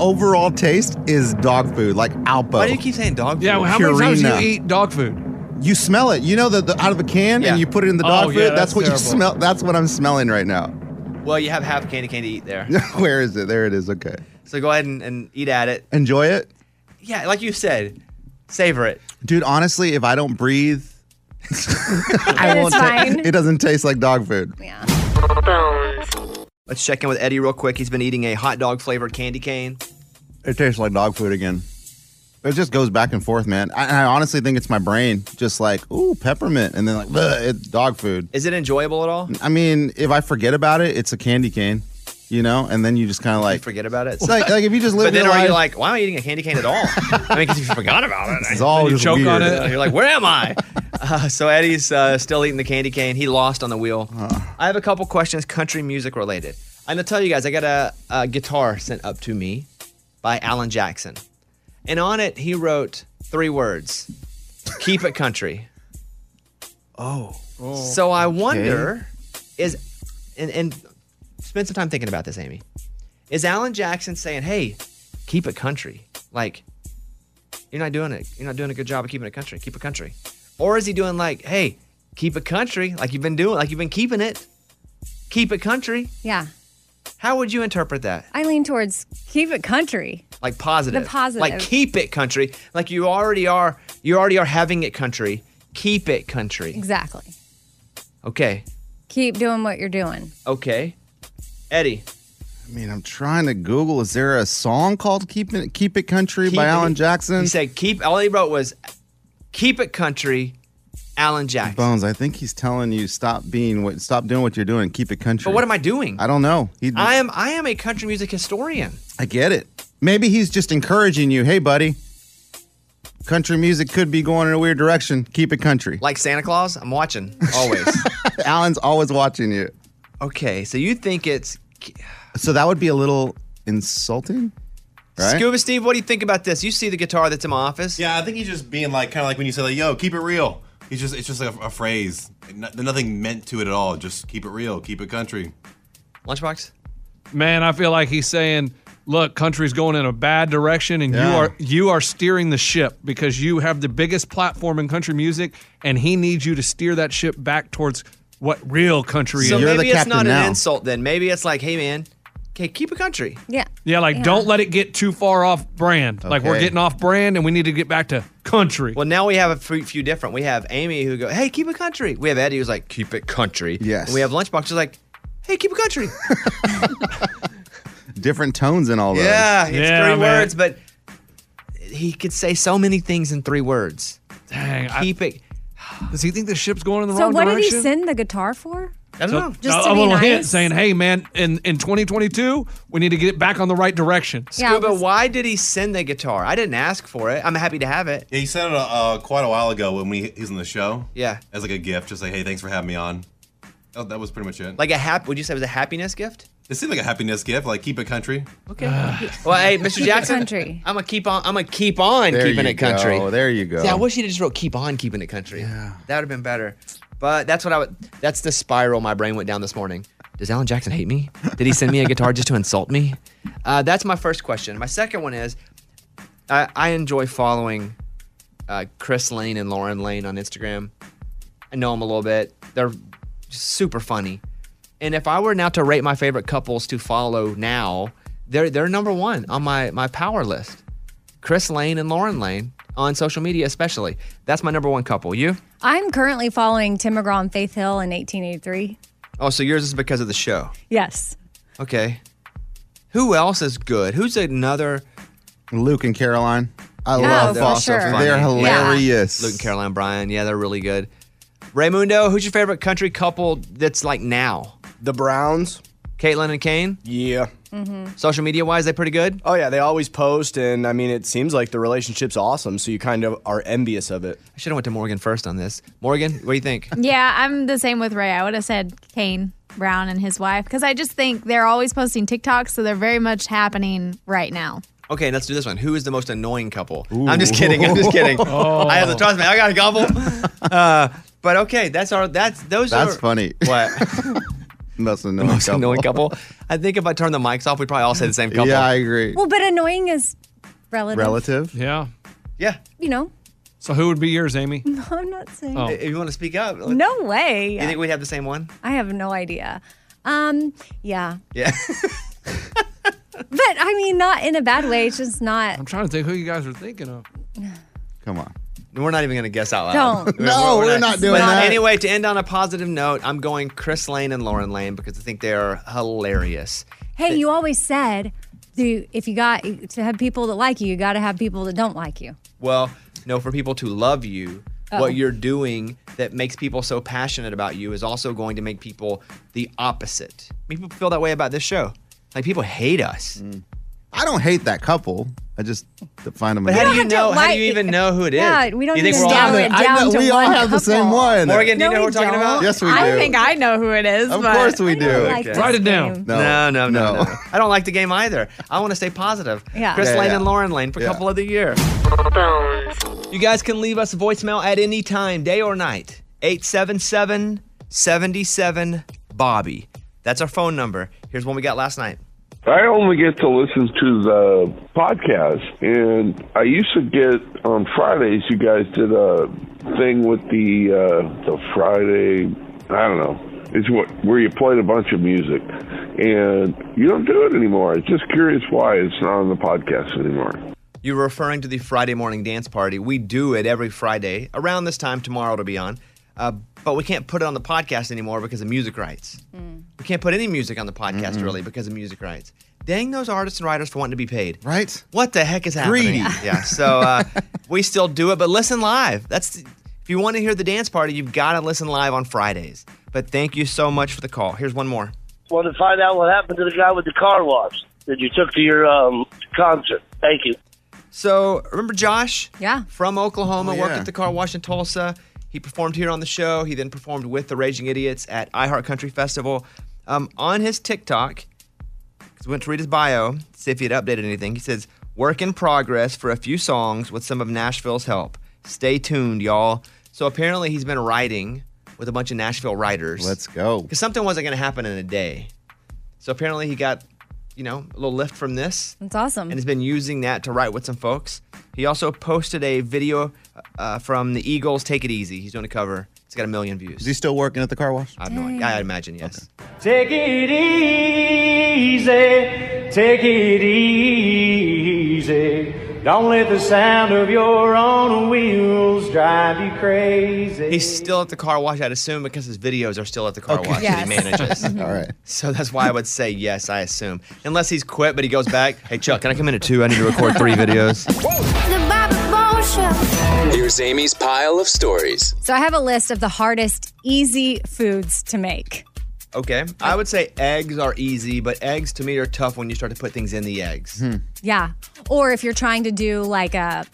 Speaker 4: overall taste is dog food, like Alpo.
Speaker 1: Why do you keep saying dog?
Speaker 2: Yeah,
Speaker 1: food?
Speaker 2: how many times do you
Speaker 4: Purina.
Speaker 2: eat dog food?
Speaker 4: You smell it. You know the, the out of a can,
Speaker 1: Yeah.
Speaker 4: and you put it in the
Speaker 2: Oh, yeah,
Speaker 4: dog food. that's,
Speaker 2: that's
Speaker 4: what
Speaker 2: terrible.
Speaker 4: you smell. That's what I'm smelling right now.
Speaker 1: Well, you have half a candy cane to eat there.
Speaker 4: Where is it? There it is. Okay.
Speaker 1: So go ahead and, and eat at it.
Speaker 4: Enjoy it,
Speaker 1: Yeah, like you said, savor it.
Speaker 4: dude. Honestly, if I don't breathe, I
Speaker 5: It's
Speaker 4: won't.
Speaker 5: fine.
Speaker 4: It doesn't taste like dog food.
Speaker 1: Let's check in with Eddie real quick. He's been eating a hot dog flavored candy cane.
Speaker 4: It tastes like dog food again. It just goes back and forth, man. I, and I honestly think it's my brain just like, ooh, peppermint. And then like, bleh, it's dog food.
Speaker 1: Is it enjoyable at all?
Speaker 4: I mean, if I forget about it, it's a candy cane, you know? And then you just kind of like,
Speaker 1: Forget about it.
Speaker 4: It's like- like if you just live
Speaker 1: But then
Speaker 4: your
Speaker 1: are you
Speaker 4: life-
Speaker 1: like, why am I eating a candy cane at all? I mean, because you forgot about it.
Speaker 4: This is all
Speaker 1: you
Speaker 4: just
Speaker 1: choke on
Speaker 4: weird.
Speaker 1: it. You're like, where am I? Uh, so Eddie's uh, still eating the candy cane. He lost on the wheel.
Speaker 4: Uh.
Speaker 1: I have a couple questions, country music related. I'm gonna tell you guys, I got a, a guitar sent up to me by Alan Jackson, and on it he wrote three words: "Keep it country."
Speaker 4: oh.
Speaker 1: So I wonder is and, and spend some time thinking about this, Amy. Is Alan Jackson saying, "Hey, keep it country"? Like, you're not doing it. You're not doing a good job of keeping it country. Keep it country. Or is he doing like, "Hey, keep it country," like you've been doing, like you've been keeping it. Keep it country.
Speaker 5: Yeah.
Speaker 1: How would you interpret that?
Speaker 5: I lean towards keep it country.
Speaker 1: Like positive.
Speaker 5: The positive.
Speaker 1: Like keep it country. Like you already are. You already are having it country. Keep it country.
Speaker 5: Exactly.
Speaker 1: Okay.
Speaker 5: Keep doing what you're doing.
Speaker 1: Okay. Eddie.
Speaker 4: I mean, I'm trying to Google. Is there a song called "Keep It Keep It Country" by
Speaker 1: Keep it-
Speaker 4: Alan Jackson?
Speaker 1: He said, "Keep." All he wrote was, "Keep it country." Alan Jackson.
Speaker 4: Bones, I think he's telling you stop being what, stop doing what you're doing. Keep it country.
Speaker 1: But what am I doing?
Speaker 4: I don't know. He,
Speaker 1: I am. I am a country music historian.
Speaker 4: I get it. Maybe he's just encouraging you. Hey, buddy, country music could be going in a weird direction. Keep it country.
Speaker 1: Like Santa Claus, I'm watching always.
Speaker 4: Alan's always watching you.
Speaker 1: okay, so you think it's
Speaker 4: So that would be a little insulting, right?
Speaker 1: Scuba Steve? What do you think about this? You see the guitar that's in my office?
Speaker 12: Yeah, I think he's just being like, kind of like when you say like, "Yo, keep it real." He's just, it's just like a, a phrase. No, nothing meant to it at all. Just keep it real, keep it country.
Speaker 1: Lunchbox.
Speaker 2: Man, I feel like he's saying, "Look, country's going in a bad direction, and
Speaker 12: Yeah.
Speaker 2: you are you are steering the ship because you have the biggest platform in country music, and he needs you to steer that ship back towards what real country
Speaker 1: So
Speaker 2: is."
Speaker 1: maybe it's not an insult then. Maybe it's like, hey man, okay, keep it country.
Speaker 5: Yeah.
Speaker 2: Yeah, like
Speaker 1: Yeah.
Speaker 2: don't let it get too far off brand. Like we're
Speaker 1: Okay.
Speaker 2: getting off brand, and we need to get back to country.
Speaker 1: Well, now we have a few few different. We have Amy who go, hey, keep it country. We have Eddie who's like, keep it country. Yes. And we have Lunchbox who's like, hey, keep it country.
Speaker 4: Different tones and all those.
Speaker 1: Yeah, it's three words, but he could say so many things in three words.
Speaker 2: Dang,
Speaker 1: keep it.
Speaker 2: Does he think the ship's going in the
Speaker 5: So
Speaker 2: wrong
Speaker 5: what
Speaker 2: direction?
Speaker 5: did he send the guitar for?
Speaker 1: I don't know.
Speaker 5: Just
Speaker 2: a,
Speaker 5: to
Speaker 2: a
Speaker 5: be
Speaker 2: little hint
Speaker 5: nice?
Speaker 2: saying, "Hey, man, in in 2022, we need to get it back on the right direction."
Speaker 1: Scuba, why did he send the guitar? I didn't ask for it. I'm happy to have it.
Speaker 12: Yeah, he said it uh, quite a while ago when we he's on the show.
Speaker 1: Yeah.
Speaker 12: as like a gift, just like, "Hey, thanks for having me on." Oh, that was pretty much it.
Speaker 1: Like a hap? Would you say it was a happiness gift?
Speaker 12: it seemed like a happiness gift. Like keep it country.
Speaker 1: Okay. well, hey, Mr.
Speaker 12: Keep it
Speaker 1: Jackson,
Speaker 12: country.
Speaker 1: I'm gonna keep on. I'm gonna keep on
Speaker 12: There
Speaker 1: keeping
Speaker 12: you
Speaker 1: it country.
Speaker 12: go, there you
Speaker 1: See, I
Speaker 12: go.
Speaker 1: wish he just wrote "keep on keeping it country." Yeah. That would have been better. But that's what I would. That's the spiral my brain went down this morning. Does Alan Jackson hate me? Did he send me a guitar just to insult me? Uh, that's my first question. My second one is, I, I enjoy following uh, Chris Lane and Lauren Lane on Instagram. I know them a little bit. They're super funny. And if I were now to rate my favorite couples to follow now, they're they're number one on my my power list. Chris Lane and Lauren Lane on social media, especially. That's my number one couple. You?
Speaker 5: I'm currently following Tim McGraw and Faith Hill in 1883.
Speaker 1: Oh, so yours is because of the show.
Speaker 5: Yes.
Speaker 1: Okay. Who else is good? Who's another?
Speaker 4: Luke and Caroline. I
Speaker 1: Yeah,
Speaker 4: love
Speaker 1: for
Speaker 4: them.
Speaker 1: sure.
Speaker 4: They're
Speaker 1: Yeah.
Speaker 4: hilarious.
Speaker 1: Luke and Caroline Bryan. Yeah, they're really good. Raymundo, who's your favorite country couple that's like now? The Browns. Caitlin and Kane?
Speaker 7: Yeah.
Speaker 1: Social media wise, they pretty good.
Speaker 7: Oh yeah, they always post, and I mean, it seems like the relationship's awesome, so you kind of are envious of it.
Speaker 1: I should have went to Morgan first on this. Morgan, what do you think?
Speaker 6: Yeah, I'm the same with Ray. I would have said Kane Brown and his wife because I just think they're always posting TikToks, so they're very much happening right now.
Speaker 1: Okay, let's do this one. Who is the most annoying couple? I'm just kidding. I'm just kidding.
Speaker 2: Oh.
Speaker 1: I have the trust me. I got a gobble. Uh, but okay, that's our that's those are
Speaker 4: That's funny.
Speaker 1: What?
Speaker 4: Most annoying
Speaker 1: most
Speaker 4: couple.
Speaker 1: annoying couple. I think if I turn the mics off, we'd probably all say the same couple.
Speaker 4: Yeah, I agree.
Speaker 5: Well, but annoying is relative.
Speaker 2: Yeah.
Speaker 1: Yeah.
Speaker 5: You know,
Speaker 2: So who would be yours, Amy?
Speaker 5: No, I'm not saying.
Speaker 2: Oh.
Speaker 1: If you want to speak up,
Speaker 5: No way.
Speaker 1: You think we'd have the same one?
Speaker 5: I have no idea. Um, yeah.
Speaker 1: Yeah.
Speaker 5: But I mean, not in a bad way. It's just not.
Speaker 2: I'm trying to think who you guys are thinking of.
Speaker 4: Come on.
Speaker 1: We're not even gonna guess out loud.
Speaker 5: Don't.
Speaker 2: No, we're not doing
Speaker 1: but
Speaker 2: that.
Speaker 1: Anyway, to end on a positive note, I'm going Chris Lane and Lauren Lane because I think they are hilarious.
Speaker 5: Hey, you always said the if you got to have people that like you, you got to have people that don't like you.
Speaker 1: Well, no, for people to love you,
Speaker 5: Oh.
Speaker 1: what you're doing that makes people so passionate about you is also going to make people the opposite. Make people feel that way about this show. Like people hate us.
Speaker 4: I don't hate that couple. I just find them.
Speaker 1: But how do you know? How do you even know who it is?
Speaker 5: Yeah, we don't
Speaker 1: you think
Speaker 5: even
Speaker 1: we're all-
Speaker 5: narrow it I know- down to
Speaker 4: we all one have the same couple. one.
Speaker 1: Morgan, do you
Speaker 4: No,
Speaker 1: know
Speaker 4: we
Speaker 1: what we're talking about?
Speaker 4: don't. Yes, we
Speaker 6: I
Speaker 4: do.
Speaker 6: think I know who it is.
Speaker 4: Of
Speaker 6: but-
Speaker 4: course we do.
Speaker 1: Okay.
Speaker 6: Write it down.
Speaker 1: No, no, no, no. I don't like the game either. I want to stay positive.
Speaker 6: Yeah.
Speaker 1: Chris
Speaker 6: Yeah,
Speaker 1: Lane
Speaker 6: yeah.
Speaker 1: and Lauren Lane for
Speaker 6: Yeah.
Speaker 1: couple of the year. You guys can leave us a voicemail at any time, day or night. 877 77 Bobby. That's our phone number. Here's one we got last night.
Speaker 13: I only get to listen to the podcast, and I used to get on Fridays. You guys did a thing with the uh, the Friday. I don't know. It's what where you played a bunch of music, and you don't do it anymore. I'm just curious why it's not on the podcast anymore.
Speaker 1: You're referring to the Friday morning dance party. We do it every Friday around this time tomorrow to be on, uh, but we can't put it on the podcast anymore because of music rights. We can't put any music on the podcast really because of music rights. Dang those artists and writers for wanting to be paid.
Speaker 4: Right?
Speaker 1: What the heck is happening?
Speaker 4: Greedy.
Speaker 1: Yeah. So uh, we still do it, but listen live. That's if you want to hear the dance party, you've got to listen live on Fridays. But thank you so much for the call. Here's one more.
Speaker 14: Want to find out what happened to the guy with the car wash that you took to your um, concert? Thank you.
Speaker 1: So remember Josh?
Speaker 5: Yeah.
Speaker 1: From Oklahoma,
Speaker 14: Oh,
Speaker 1: worked
Speaker 14: yeah.
Speaker 1: at the car wash in Tulsa. He performed here on the show. He then performed with the Raging Idiots at iHeart Country Festival. Um, on his TikTok, 'cause we went to read his bio, see if he had updated anything. He says, "Work in progress for a few songs with some of Nashville's help. Stay tuned, y'all." So apparently, he's been writing with a bunch of Nashville writers.
Speaker 4: Let's go.
Speaker 1: Because something wasn't going to happen in a day. So apparently, he got, you know, a little lift from this
Speaker 5: That's awesome.
Speaker 1: and has been using that to write with some folks. He also posted a video uh, from the Eagles' "Take It Easy." He's doing a cover. It's got a million views.
Speaker 4: Is he still working at the car wash?
Speaker 1: I have no idea. I imagine yes.
Speaker 15: Take it easy, take it easy. Don't let the sound of your own wheels drive you crazy.
Speaker 1: He's still at the car wash, I'd assume, because his videos are still at the car wash
Speaker 15: Yes.
Speaker 1: that he manages. All right. So that's why I would say yes. I assume, unless he's quit, but he goes back. Hey Chuck, can I come in at two? I need to record three videos.
Speaker 10: Here's Amy's pile of stories.
Speaker 5: So I have a list of the hardest easy foods to make.
Speaker 1: Okay. I would say eggs are easy, but eggs to me are tough when you start to put things in the eggs.
Speaker 5: Yeah. Or if you're trying to do like a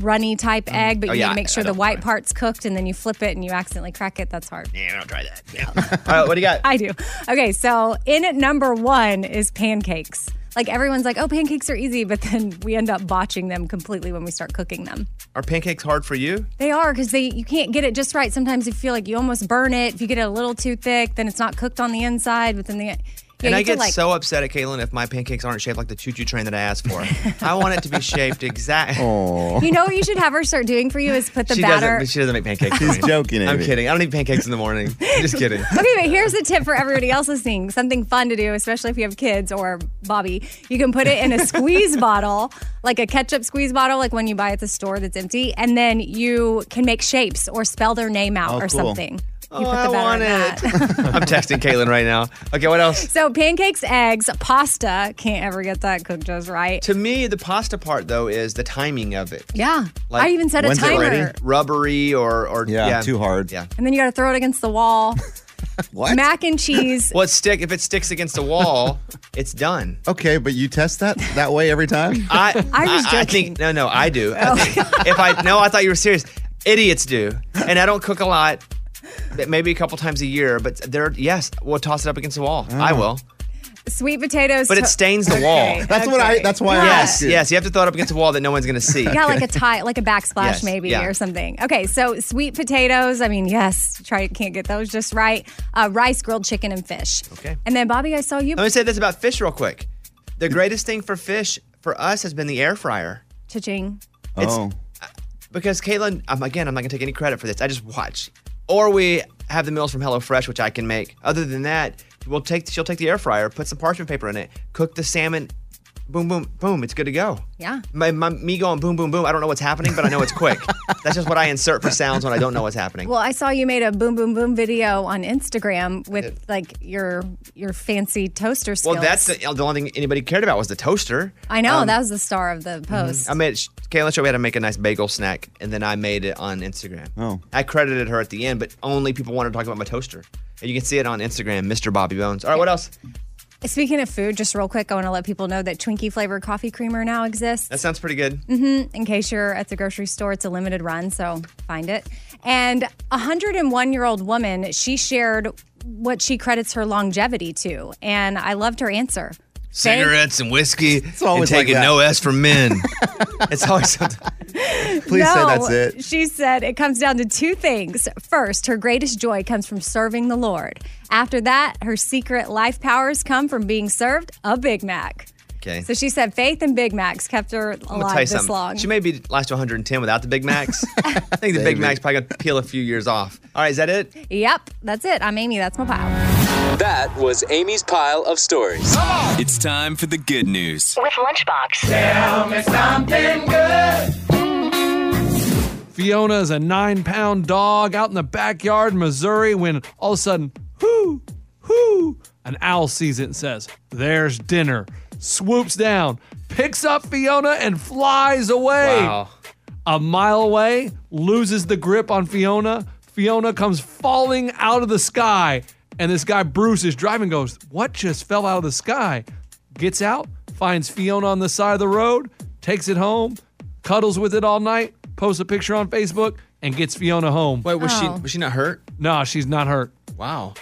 Speaker 5: runny type egg, but
Speaker 1: Oh,
Speaker 5: you
Speaker 1: yeah,
Speaker 5: need to make
Speaker 1: I- I
Speaker 5: sure the
Speaker 1: don't
Speaker 5: white part's cooked and then you flip it and you accidentally crack it, that's hard.
Speaker 1: Yeah, don't try that. Yeah. All right, what do you got?
Speaker 5: I do. Okay, so in at number one is pancakes. Like everyone's like, oh, pancakes are easy, but then we end up botching them completely when we start cooking them.
Speaker 1: Are pancakes hard for you?
Speaker 5: They are because they you can't get it just right. Sometimes you feel like you almost burn it. If you get it a little too thick, then it's not cooked on the inside. But then the yeah, you
Speaker 1: and I
Speaker 5: have to,
Speaker 1: get
Speaker 5: like,
Speaker 1: so upset at Kaylin if my pancakes aren't shaped like the choo-choo train that I asked for. I want it to be shaped exact.
Speaker 5: You know what you should have her start doing for you is put the
Speaker 1: she
Speaker 5: batter.
Speaker 1: doesn't. She doesn't make pancakes.
Speaker 4: She's joking,
Speaker 1: I'm
Speaker 4: Amy.
Speaker 1: kidding. I don't eat pancakes in the morning. I'm just kidding.
Speaker 5: Okay, but here's a tip for everybody else listening. Something fun to do, especially if you have kids or Bobby. You can put it in a squeeze bottle, like a ketchup squeeze bottle, like when you buy at the store that's empty, and then you can make shapes or spell their name out
Speaker 1: Oh,
Speaker 5: or
Speaker 1: cool.
Speaker 5: something. You
Speaker 1: Oh,
Speaker 5: put
Speaker 1: I
Speaker 5: the batter
Speaker 1: want
Speaker 5: in that.
Speaker 1: I'm texting Kaylin right now. Okay, what else?
Speaker 5: So pancakes, eggs, pasta. Can't ever get that cooked just right.
Speaker 1: To me, the pasta part though is the timing of it.
Speaker 5: Yeah. I even set a
Speaker 1: when's it
Speaker 5: timer.
Speaker 1: ready? Rubbery or or
Speaker 4: Yeah, too
Speaker 1: hard. Yeah.
Speaker 5: And then you got to throw it against the wall.
Speaker 4: What?
Speaker 5: Mac and cheese.
Speaker 1: Well, it stick if it sticks against the wall, it's done.
Speaker 4: Okay, but you test that that way every time?
Speaker 1: I I, think no, no, I do.
Speaker 5: Oh.
Speaker 1: I think- if I no, I thought you were serious. Idiots do, and I don't cook a lot, but maybe a couple times a year. But there, yes, we'll toss it up against the wall. I will,
Speaker 5: Sweet potatoes.
Speaker 1: but it
Speaker 5: to-
Speaker 1: stains the
Speaker 5: Okay,
Speaker 1: wall.
Speaker 5: okay.
Speaker 1: Yes, yes, you have to throw it up against the wall that no one's gonna see.
Speaker 5: Yeah, like a tie, like a backsplash
Speaker 1: Yes,
Speaker 5: maybe
Speaker 1: yeah.
Speaker 5: or something. Okay, so sweet potatoes. I mean, yes, try can't get those just right. Uh, rice, grilled chicken, and fish.
Speaker 1: Okay.
Speaker 5: And then Bobby, I saw you
Speaker 1: Let me say this about fish real quick. The greatest thing for fish for us has been the air fryer.
Speaker 5: cha-ching.
Speaker 1: Oh. Because Caitlin, um, again, I'm not gonna take any credit for this. I just watch, or we have the meals from HelloFresh, which I can make. Other than that, we'll take she'll take the air fryer, put some parchment paper in it, cook the salmon boom, boom, boom. It's good to go.
Speaker 5: Yeah.
Speaker 1: My, my me going boom, boom, boom. I don't know what's happening, but I know it's quick. That's just what I insert for sounds when I don't know what's happening.
Speaker 5: Well, I saw you made a boom boom boom video on Instagram with like your your fancy toaster skills.
Speaker 1: Well, that's the, the only thing anybody cared about was the toaster.
Speaker 5: I know
Speaker 1: Um,
Speaker 5: that was the star of the post.
Speaker 1: I made Kayla showed me how to make a nice bagel snack, and then I made it on Instagram. Oh, I credited her at the end, but only people wanted to talk about my toaster, and you can see it on Instagram, Mr. Bobby Bones. All right, what else?
Speaker 5: Speaking of food, just real quick, I want to let people know that Twinkie flavored coffee creamer now exists.
Speaker 1: That sounds pretty good.
Speaker 5: hmm In case you're at the grocery store, it's a limited run, so find it. And a 101 year old woman, she shared what she credits her longevity to, and I loved her answer.
Speaker 1: Cigarettes and whiskey, it's
Speaker 5: always
Speaker 1: and
Speaker 5: like
Speaker 1: taking
Speaker 5: that.
Speaker 1: no S for men. it's always something.
Speaker 5: Please She said it comes down to two things. First, her greatest joy comes from serving the Lord. After that, her secret life powers come from being served a Big Mac.
Speaker 1: Okay.
Speaker 5: So she said faith and Big Macs kept her
Speaker 1: I'm gonna tell you
Speaker 5: alive this
Speaker 1: something.
Speaker 5: long.
Speaker 1: She may be last to 110 without the Big Macs. I think the Big Macs probably gonna peel a few years off. All right, is that it?
Speaker 5: yep, that's it. I'm Amy. That's my pile.
Speaker 10: That was Amy's pile of stories. It's time for the good news.
Speaker 11: With Lunchbox.
Speaker 8: Tell me something
Speaker 11: good.
Speaker 2: Fiona is a nine pound dog out in the backyard in Missouri when all of a sudden, whoo, whoo, an owl sees it and says, There's dinner. Swoops down, picks up Fiona, and flies away.
Speaker 1: Wow.
Speaker 2: A mile away, loses the grip on Fiona. Fiona comes falling out of the sky. And this guy, Bruce, is driving, goes, What just fell out of the sky? Gets out, finds Fiona on the side of the road, takes it home, cuddles with it all night, posts a picture on Facebook, and gets Fiona home. Wait,
Speaker 1: was she- Oh. was she not hurt?
Speaker 2: No, she's not hurt.
Speaker 1: Wow.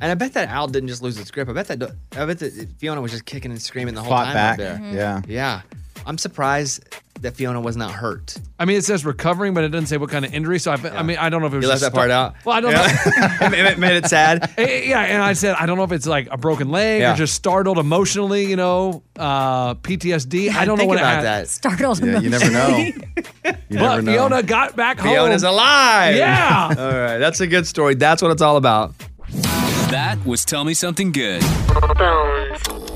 Speaker 1: And I bet that owl didn't just lose its grip. I bet that I bet that Fiona was just kicking and screaming the whole
Speaker 2: Fought
Speaker 1: time
Speaker 2: back.
Speaker 1: out there.
Speaker 5: Mm-hmm.
Speaker 2: Mhm. Yeah.
Speaker 1: Yeah. I'm surprised that Fiona was not hurt.
Speaker 2: I mean, it says recovering, but it doesn't say what kind of injury. So I, I mean, I don't know if it
Speaker 1: You
Speaker 2: was
Speaker 1: left
Speaker 2: just
Speaker 1: that part out?
Speaker 2: Well, I don't Eh,
Speaker 1: know. it made it sad.
Speaker 2: yeah, and I said I don't know if it's like a broken leg
Speaker 1: Yeah.
Speaker 2: or just startled emotionally. You know, uh, PTSD. I don't know
Speaker 1: think
Speaker 2: what it
Speaker 1: about
Speaker 2: had.
Speaker 1: that.
Speaker 5: Startled
Speaker 1: Yeah, you never emotionally.
Speaker 2: but Fiona got back home.
Speaker 1: Fiona's alive.
Speaker 2: Yeah.
Speaker 1: all right. That's a good story. That's what it's all about.
Speaker 10: That was Tell Me Something Good.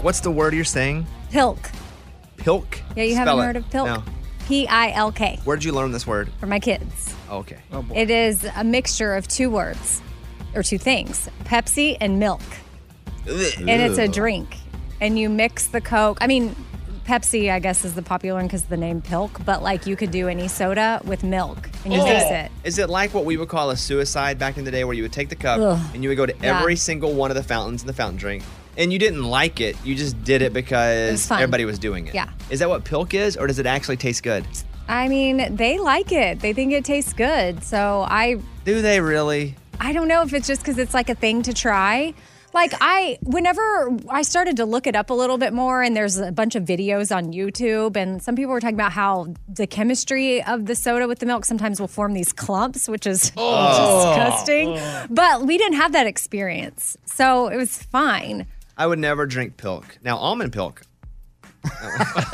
Speaker 1: What's the word you're saying?
Speaker 5: Pilk.
Speaker 1: Pilk?
Speaker 5: Yeah, you
Speaker 1: Spell
Speaker 5: haven't
Speaker 1: it.
Speaker 5: heard of pilk?
Speaker 1: No.
Speaker 5: P I L K
Speaker 1: Where did you learn this word?
Speaker 5: for my kids.
Speaker 1: Oh, okay.
Speaker 5: It is a mixture of two words or two things Pepsi and milk. And it's a drink. And you mix the Coke. I mean, Pepsi, I guess, is the popular one because the name Pilk, but like you could do any soda with milk and
Speaker 4: Oh.
Speaker 5: you mix it.
Speaker 1: Is it like what we would call a suicide back in the day where you would take the cup
Speaker 5: Ugh.
Speaker 1: and you would go to
Speaker 5: Yeah.
Speaker 1: every single one of the fountains in the fountain drink and you didn't like it, you just did it because
Speaker 5: was fun.
Speaker 1: everybody was doing it.
Speaker 5: Yeah.
Speaker 1: Is that what pilk is or does it actually taste good?
Speaker 5: I mean, they like it, they think it tastes good. So I
Speaker 1: Do they really?
Speaker 5: I don't know if it's just because it's like a thing to try. Like I, whenever I started to look it up a little bit more, and there's a bunch of videos on YouTube, and some people were talking about how the chemistry of the soda with the milk sometimes will form these clumps, which is
Speaker 1: Oh.
Speaker 5: disgusting. But we didn't have that experience, so it was fine.
Speaker 1: I would never drink pilk. Now almond pilk.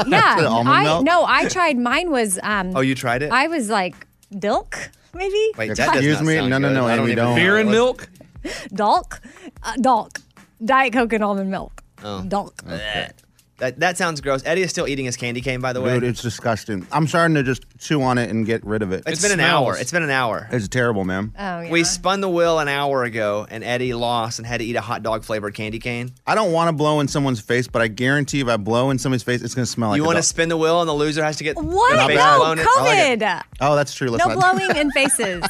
Speaker 5: Yeah,
Speaker 1: Almond
Speaker 5: I
Speaker 1: milk?
Speaker 5: no, I tried. Mine was um.
Speaker 1: Oh, you tried it?
Speaker 5: I was like dilk, maybe.
Speaker 1: Wait, that does
Speaker 4: Excuse
Speaker 1: not
Speaker 4: me?
Speaker 1: sound
Speaker 4: No, no,
Speaker 1: good.
Speaker 4: no,
Speaker 1: I
Speaker 4: Amy,
Speaker 1: even-
Speaker 4: don't. Beer and
Speaker 2: milk?
Speaker 5: Dalk, uh, dalk, diet coke and almond milk.
Speaker 1: Oh.
Speaker 5: Dalk.
Speaker 1: That, that sounds gross. Eddie is still eating his candy cane, by the way.
Speaker 4: Dude, it's disgusting. I'm starting to just chew on it and get rid of it.
Speaker 1: it's been an hour. It's been an hour.
Speaker 4: It's terrible, man.
Speaker 5: Oh, yeah.
Speaker 1: We spun the wheel an hour ago, and Eddie lost and had to eat a hot dog flavored candy cane.
Speaker 4: I don't want to blow in someone's face, but I guarantee if I blow in somebody's face, it's gonna smell like.
Speaker 1: you
Speaker 4: a
Speaker 1: want to
Speaker 4: dog.
Speaker 1: spin the wheel, and the loser has to get
Speaker 5: What?
Speaker 1: their face
Speaker 5: No,
Speaker 1: blown in? I like it.
Speaker 5: COVID.
Speaker 4: Oh, that's true. Let's
Speaker 5: no
Speaker 4: not.
Speaker 5: blowing in faces.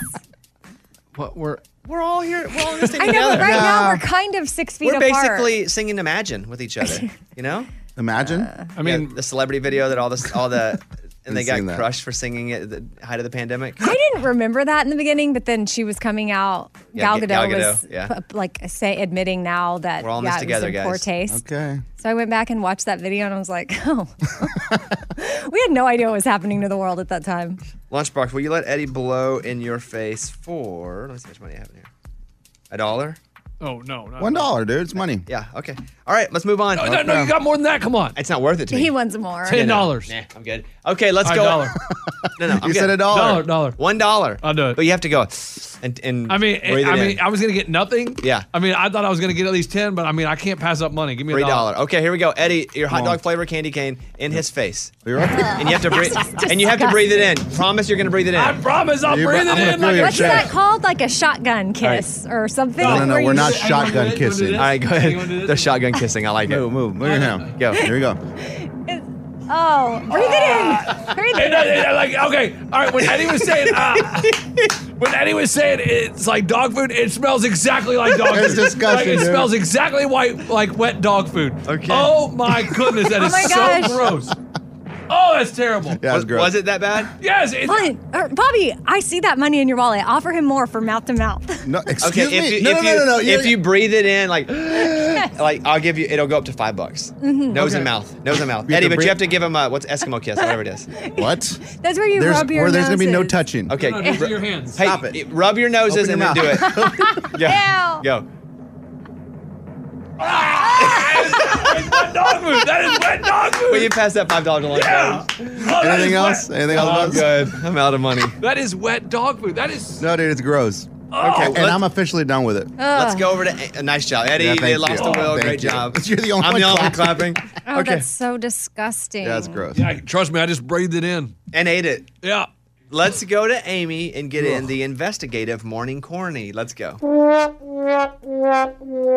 Speaker 1: What we're we're all here. We're all in this thing
Speaker 5: I know, but
Speaker 1: together.
Speaker 5: right now we're kind of six feet
Speaker 1: We're
Speaker 5: apart.
Speaker 1: basically singing "Imagine" with each other. You know,
Speaker 4: Imagine.
Speaker 1: I mean, the celebrity video that all this, all the, and they
Speaker 4: Haven't
Speaker 1: got
Speaker 4: seen that.
Speaker 1: crushed for singing it at the height of the pandemic.
Speaker 5: I didn't remember that in the beginning, but then she was coming out.
Speaker 1: Yeah,
Speaker 5: Gal
Speaker 1: Ga-
Speaker 5: Gadot,
Speaker 1: Gal Gadot,
Speaker 5: was
Speaker 1: yeah.
Speaker 5: p- like say admitting now that
Speaker 1: We're all in
Speaker 5: yeah,
Speaker 1: this
Speaker 5: it
Speaker 1: together,
Speaker 5: was in
Speaker 1: guys.
Speaker 5: poor taste.
Speaker 4: Okay.
Speaker 5: So I went back and watched that video, and I was like, oh, we had no idea what was happening to the world at that time.
Speaker 1: Lunchbox, will you let Eddie blow in your face for? Let me see how much money I have in here. A dollar.
Speaker 2: Oh no, no.
Speaker 4: One dollar, dude. It's money.
Speaker 1: Yeah. Okay. All right. Let's move on.
Speaker 2: No, no, no, you got more than that. Come on.
Speaker 1: It's not worth it to me.
Speaker 5: He wants more.
Speaker 1: Yeah, no. Nah, I'm good. Okay, let's
Speaker 2: All right,
Speaker 1: go.
Speaker 2: dollar.
Speaker 1: no, no, I'm
Speaker 2: You
Speaker 1: good.
Speaker 2: said a dollar. Dollar, dollar.
Speaker 1: One dollar. I'll do it. But you have to go. and, and
Speaker 2: I mean,
Speaker 1: breathe it
Speaker 2: I mean,
Speaker 1: in.
Speaker 2: I was gonna get nothing.
Speaker 1: Yeah.
Speaker 2: I mean, I thought I was gonna get at least ten, but I mean, I can't pass up money. Give me a
Speaker 1: Three dollar.
Speaker 2: dollar.
Speaker 1: Okay, here we go. Eddie, your hot
Speaker 2: Come on.
Speaker 1: dog flavor candy cane in his face.
Speaker 4: and
Speaker 1: you have to breathe.
Speaker 5: This is
Speaker 1: and you have to breathe it in. Promise you're gonna breathe it in. I
Speaker 2: promise
Speaker 1: I'll breathe it in like
Speaker 5: What's that called? Like a shotgun kiss or something? Where you-
Speaker 1: kissing. All right, go ahead. The shotgun kissing. I like it. Move,
Speaker 4: move. Look at him.
Speaker 1: Go.
Speaker 4: Here we go.
Speaker 5: Oh, breathe it in. Breathe it in.
Speaker 2: And I- and I like okay, all right. When Eddie was saying, uh, when Eddie was saying it's like dog food, it smells exactly like dog
Speaker 4: It's
Speaker 2: food.
Speaker 4: disgusting,
Speaker 2: Like, it
Speaker 4: dude.
Speaker 2: smells exactly white, like wet dog food. Okay. Oh my goodness, that
Speaker 5: Oh
Speaker 2: is
Speaker 5: my gosh.
Speaker 2: so gross. Oh, that's terrible.
Speaker 4: Yeah, was, gross.
Speaker 1: was it that bad?
Speaker 2: Yes. It,
Speaker 5: Fine. Er, Bobby, I see that money in your wallet. Offer him more for mouth to mouth.
Speaker 4: No,
Speaker 1: okay,
Speaker 4: excuse
Speaker 1: if
Speaker 4: me.
Speaker 1: You,
Speaker 4: no,
Speaker 1: if
Speaker 4: no,
Speaker 1: you,
Speaker 4: no, no, no.
Speaker 1: If you breathe it in, like, like I'll give you. It'll go up to five bucks.
Speaker 5: Mhm.
Speaker 1: Nose
Speaker 5: Okay.
Speaker 1: and mouth. Nose and mouth.
Speaker 4: You have
Speaker 1: Eddie,
Speaker 4: to
Speaker 1: but
Speaker 4: breathe-
Speaker 1: you have to give him a what's Eskimo kiss, whatever it is.
Speaker 4: What?
Speaker 5: That's where you rub your
Speaker 4: where there's gonna be no
Speaker 5: noses.
Speaker 4: touching.
Speaker 1: Okay.
Speaker 5: No, no, just
Speaker 1: ru-
Speaker 5: your hands.
Speaker 1: Hey,
Speaker 5: Stop
Speaker 1: it. Rub your noses
Speaker 4: Open
Speaker 1: and
Speaker 4: your
Speaker 1: then do it. yeah. Go.
Speaker 2: wet dog food. That is wet dog food.
Speaker 1: Will you pass that five dollars? Yeah.
Speaker 4: Anything else? Anything else?
Speaker 1: I'm
Speaker 4: Bubs?
Speaker 1: Oh, good. I'm out of money.
Speaker 2: That is wet dog food. That is.
Speaker 4: No, dude, it's gross.
Speaker 1: Okay,
Speaker 4: Oh, and
Speaker 1: let's-
Speaker 4: I'm officially done with it.
Speaker 1: Let's go over to. A- nice job, Eddie.
Speaker 4: Yeah,
Speaker 1: they
Speaker 4: thank
Speaker 1: lost
Speaker 4: you.
Speaker 1: the will.
Speaker 4: Thank
Speaker 1: Great
Speaker 4: you.
Speaker 1: job.
Speaker 4: You're the only
Speaker 1: I'm the only one
Speaker 4: clapping.
Speaker 1: clapping.
Speaker 5: Oh, that's so disgusting.
Speaker 4: gross.
Speaker 2: Yeah, trust me, I just breathed it in
Speaker 1: and ate it.
Speaker 2: Yeah.
Speaker 1: Let's go to Amy and get in the investigative morning corny. Let's go.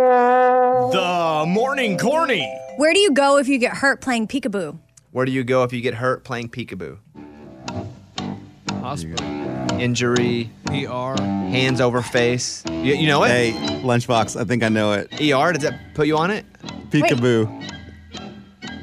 Speaker 5: The
Speaker 1: morning corny.
Speaker 5: Where do you go if you get hurt playing peekaboo?
Speaker 1: Where do you go if you get hurt playing peekaboo?
Speaker 2: Hospital.
Speaker 1: Injury.
Speaker 2: ER.
Speaker 1: Hands over face. You, you know it?
Speaker 4: Hey, Lunchbox, I think I know it.
Speaker 1: ER, does that put you on it?
Speaker 4: Peekaboo.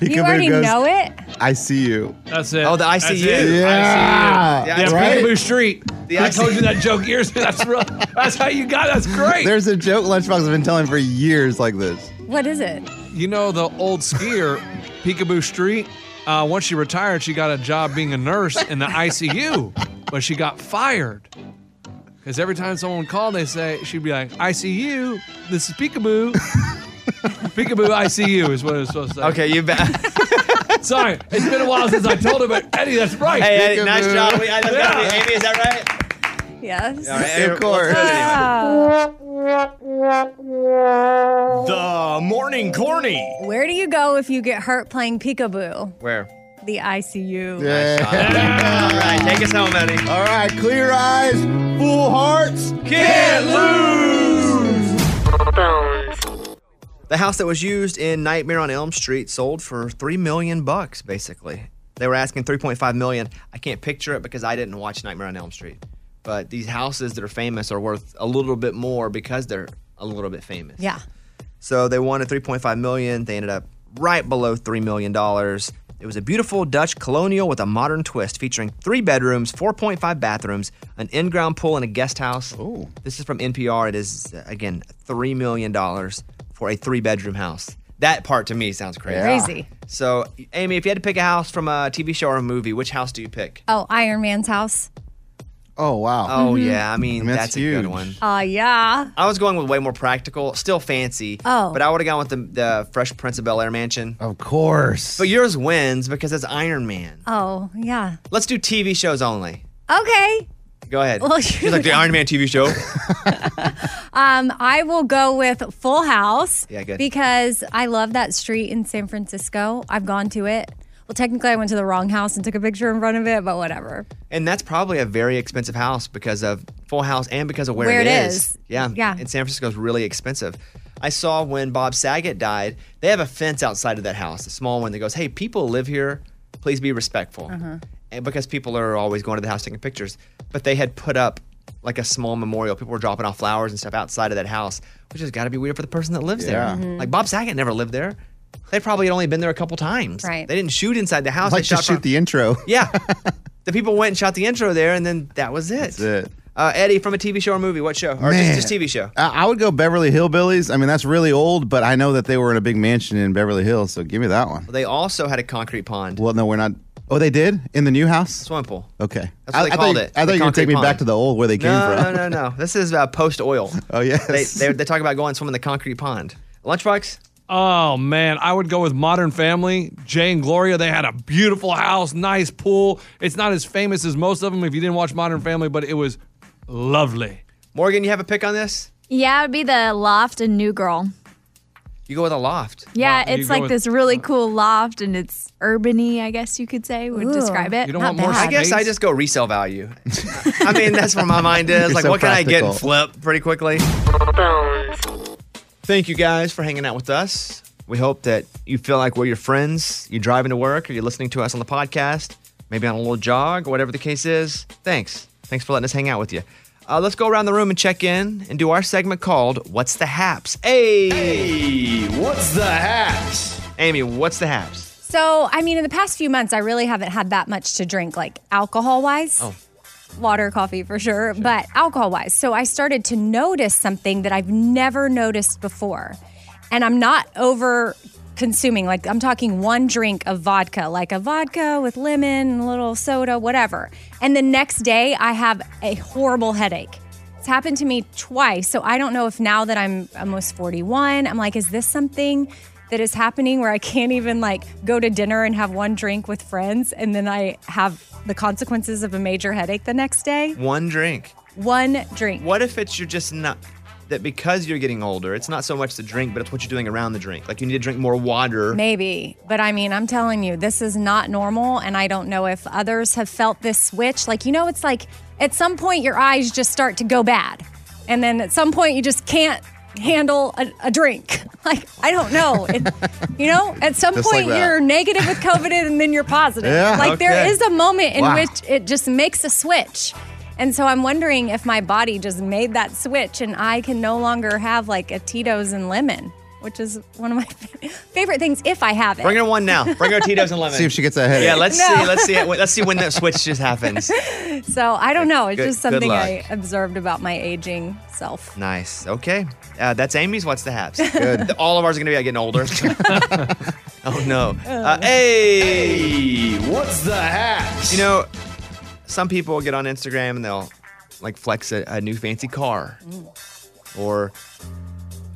Speaker 5: you already
Speaker 4: goes,
Speaker 5: know it?
Speaker 4: I see you.
Speaker 2: That's it.
Speaker 1: Oh, the
Speaker 2: That's
Speaker 1: ICU.
Speaker 2: it.
Speaker 4: Yeah.
Speaker 2: ICU. Yeah,
Speaker 4: Right?
Speaker 2: Peekaboo Street.
Speaker 1: The
Speaker 2: I
Speaker 1: ICU.
Speaker 2: told you that joke years. That's real. That's how you got. it. That's great.
Speaker 4: There's a joke Lunchbox has been telling for years like this.
Speaker 5: What is it?
Speaker 2: You know the old skier, Peekaboo Street. Uh, once she retired, she got a job being a nurse in the ICU, but she got fired because every time someone called, they say she'd be like, "ICU, this is Peekaboo." Peekaboo ICU is what it was supposed to say.
Speaker 1: Okay, you bet.
Speaker 2: Sorry, it's been a while since I told her, but Eddie, that's right.
Speaker 1: Hey, Eddie, nice job. We, I just got
Speaker 2: Yeah.
Speaker 1: it. Amy, is that right?
Speaker 5: Yes.
Speaker 1: All right, of
Speaker 4: course.
Speaker 1: The morning corny.
Speaker 5: Where do you go if you get hurt playing peekaboo?
Speaker 1: Where?
Speaker 5: The ICU.
Speaker 1: All right, take us home, Eddie.
Speaker 4: All right, clear eyes, full hearts,
Speaker 1: can't lose. The house that was used in Nightmare on Elm Street sold for three million bucks, basically. They were asking 3.5 million. I can't picture it because I didn't watch Nightmare on Elm Street. But these houses that are famous are worth a little bit more because they're a little bit famous.
Speaker 5: Yeah.
Speaker 1: So they wanted 3.5 million. They ended up right below three million dollars. It was a beautiful Dutch colonial with a modern twist, featuring three bedrooms, 4.5 bathrooms, an in-ground pool, and a guest house. Ooh. This is from NPR. It is uh, again three million dollars for a three-bedroom house. That part to me sounds crazy.
Speaker 5: Yeah. Crazy.
Speaker 1: So, Amy, if you had to pick a house from a TV show or a movie, which house do you pick?
Speaker 5: Oh, Iron Man's house.
Speaker 4: Oh wow.
Speaker 1: Oh
Speaker 5: Mhm.
Speaker 1: yeah, I mean,
Speaker 4: that's
Speaker 1: that's, a good one.
Speaker 5: Ah, yeah.
Speaker 1: I was going with way more practical, still fancy.
Speaker 5: Oh.
Speaker 1: But I would have gone with the, the Fresh Prince of Bel Air mansion.
Speaker 4: Of course.
Speaker 1: But yours wins because it's Iron Man.
Speaker 5: Oh, yeah.
Speaker 1: Let's do TV shows only.
Speaker 5: Okay.
Speaker 1: Go ahead.
Speaker 5: Well,
Speaker 1: She's like the Iron Man TV show.
Speaker 5: Um, I will go with Full House.
Speaker 1: Yeah, good.
Speaker 5: Because I love that street in San Francisco. I've gone to it. Well, technically, I went to the wrong house and took a picture in front of it, but whatever.
Speaker 1: and that's probably a very expensive house because of Full House and because of where,
Speaker 5: Where it
Speaker 1: it is.
Speaker 5: is.
Speaker 1: Yeah.
Speaker 5: Yeah.
Speaker 1: And San Francisco is really expensive. I saw when Bob Saget died, they have a fence outside of that house, a small one that goes, hey, people live here. Please be
Speaker 5: Uh-huh.
Speaker 1: respectful. and eh, because people are always going to the house taking pictures, but they had put up like a small memorial. People were dropping off flowers and stuff outside of that house, which has got to be weird for the person that lives
Speaker 4: Yeah.
Speaker 1: there.
Speaker 4: Mhm.
Speaker 1: Like Bob Saget never lived there. They probably had only been there a couple times.
Speaker 5: Right.
Speaker 1: They didn't shoot inside the house.
Speaker 4: like
Speaker 1: they
Speaker 4: to
Speaker 1: shot
Speaker 4: shoot
Speaker 1: from-
Speaker 4: the intro.
Speaker 1: Yeah. the people went and shot the intro there, and then that was it.
Speaker 4: That's it.
Speaker 1: Uh, Eddie, from a TV show or movie, what show? Or
Speaker 4: Man.
Speaker 1: just, just TV show.
Speaker 4: I I would go Beverly Hillbillies. I mean, that's really old, but I know that they were in a big mansion in Beverly Hills, so give me that one.
Speaker 1: They also had a concrete pond.
Speaker 4: Well, no, we're not. Oh, they did in the new house.
Speaker 1: Swimming pool.
Speaker 4: Okay,
Speaker 1: That's what they
Speaker 4: I, I
Speaker 1: called
Speaker 4: thought,
Speaker 1: it,
Speaker 4: I
Speaker 1: the
Speaker 4: thought you were
Speaker 1: concrete
Speaker 4: taking me back
Speaker 1: pond.
Speaker 4: to the old where they came
Speaker 1: no,
Speaker 4: from.
Speaker 1: no, no, no. This is uh, post oil.
Speaker 4: Oh yes.
Speaker 1: They, they they talk about going swimming in the concrete pond. Lunchbox.
Speaker 2: Oh man, I would go with Modern Family. Jay and Gloria, they had a beautiful house, nice pool. It's not as famous as most of them if you didn't watch Modern Family, but it was lovely.
Speaker 1: Morgan, you have a pick on this?
Speaker 6: Yeah, it'd be the loft and new girl.
Speaker 1: You go with a loft.
Speaker 6: Yeah,
Speaker 1: Wow, you
Speaker 6: it's
Speaker 1: go
Speaker 6: like
Speaker 1: with-
Speaker 6: this really cool loft, and it's urbany, I guess you could say would describe it. Not
Speaker 1: I
Speaker 6: bad.
Speaker 1: guess I just go resale value. I mean, that's where my mind is.
Speaker 4: You're
Speaker 1: like,
Speaker 4: so
Speaker 1: what can I get and
Speaker 4: practical.
Speaker 1: flip pretty quickly? Thank you guys for hanging out with us. We hope that you feel like we're your friends. You're driving to work or you're listening to us on the podcast, maybe on a little jog, whatever the case is. Thanks. Thanks for letting us hang out with you. Uh, let's go around the room and check in and do our segment called What's the Haps? Hey! Hey! What's the Haps? Amy, what's the Haps?
Speaker 5: So, I mean, in the past few months, I really haven't had that much to drink, like alcohol wise.
Speaker 1: Oh.
Speaker 5: Water, coffee for sure, but alcohol wise. So I started to notice something that I've never noticed before. And I'm not over consuming, like, I'm talking one drink of vodka, like a vodka with lemon, a little soda, whatever. And the next day, I have a horrible headache. It's happened to me twice. So I don't know if now that I'm almost 41, I'm like, is this something that is happening where I can't even like go to dinner and have one drink with friends and then I have the consequences of a major headache the next day?
Speaker 1: One drink.
Speaker 5: One drink.
Speaker 1: What if it's you're just not that because you're getting older, it's not so much the drink, but it's what you're doing around the drink. Like you need to drink more water.
Speaker 5: Maybe, but I mean, I'm telling you, this is not normal. And I don't know if others have felt this switch. Like, you know, it's like at some point your eyes just start to go bad. And then at some point you just can't handle a, a drink. Like, I don't know. It, you know, at some
Speaker 4: Just
Speaker 5: point
Speaker 4: like that.
Speaker 5: you're negative with COVID and then you're positive.
Speaker 4: Yeah,
Speaker 5: like, there
Speaker 4: okay.
Speaker 5: is a moment in
Speaker 4: Wow.
Speaker 5: which it just makes a switch. And so I'm wondering if my body just made that switch and I can no longer have like a Tito's and lemon, which is one of my favorite things if I have it.
Speaker 1: Bring her one now. Bring her Tito's and lemon.
Speaker 4: See if she gets a headache.
Speaker 1: Yeah, let's
Speaker 5: No.
Speaker 1: see. Let's see. it- Let's see when that switch just happens.
Speaker 5: So I don't know. It's
Speaker 1: Good-
Speaker 5: just
Speaker 1: good
Speaker 5: something
Speaker 1: luck.
Speaker 5: I observed about my aging self.
Speaker 1: Nice. Okay. Uh, that's Amy's. What's the haps? Good. All of ours are gonna be like, getting older. oh no. Uh, hey, what's the haps? You know, some people get on Instagram and they'll like flex a, a new fancy car
Speaker 5: Mm.
Speaker 1: or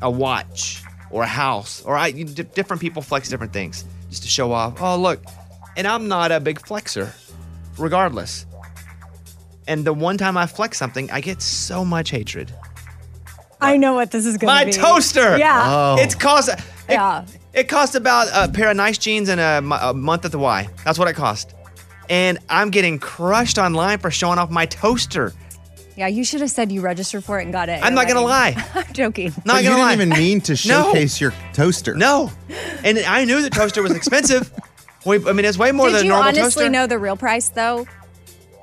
Speaker 1: a watch or a house or I. You, di different people flex different things just to show off. Oh look, and I'm not a big flexer, regardless. And the one time I flex something, I get so much hatred.
Speaker 5: I know what this is going
Speaker 1: My
Speaker 5: to be.
Speaker 1: toaster.
Speaker 5: Yeah.
Speaker 1: It's cost. It,
Speaker 5: Yeah.
Speaker 1: It cost about a pair of nice jeans and a, mo- a month at the Y. That's what it cost. And I'm getting crushed online for showing off my toaster.
Speaker 5: Yeah. You should have said you registered for it and got it. at
Speaker 1: I'm
Speaker 5: your
Speaker 1: not gonna
Speaker 5: wedding.
Speaker 1: lie.
Speaker 5: I'm joking.
Speaker 1: Not
Speaker 4: But you
Speaker 1: gonna
Speaker 4: didn't
Speaker 1: lie.
Speaker 4: even mean to showcase your toaster.
Speaker 1: No. And I knew the toaster was expensive. Wait, I mean, it's way more
Speaker 5: Did
Speaker 1: than a
Speaker 5: you
Speaker 1: normal
Speaker 5: honestly
Speaker 1: toaster.
Speaker 5: know the real price though?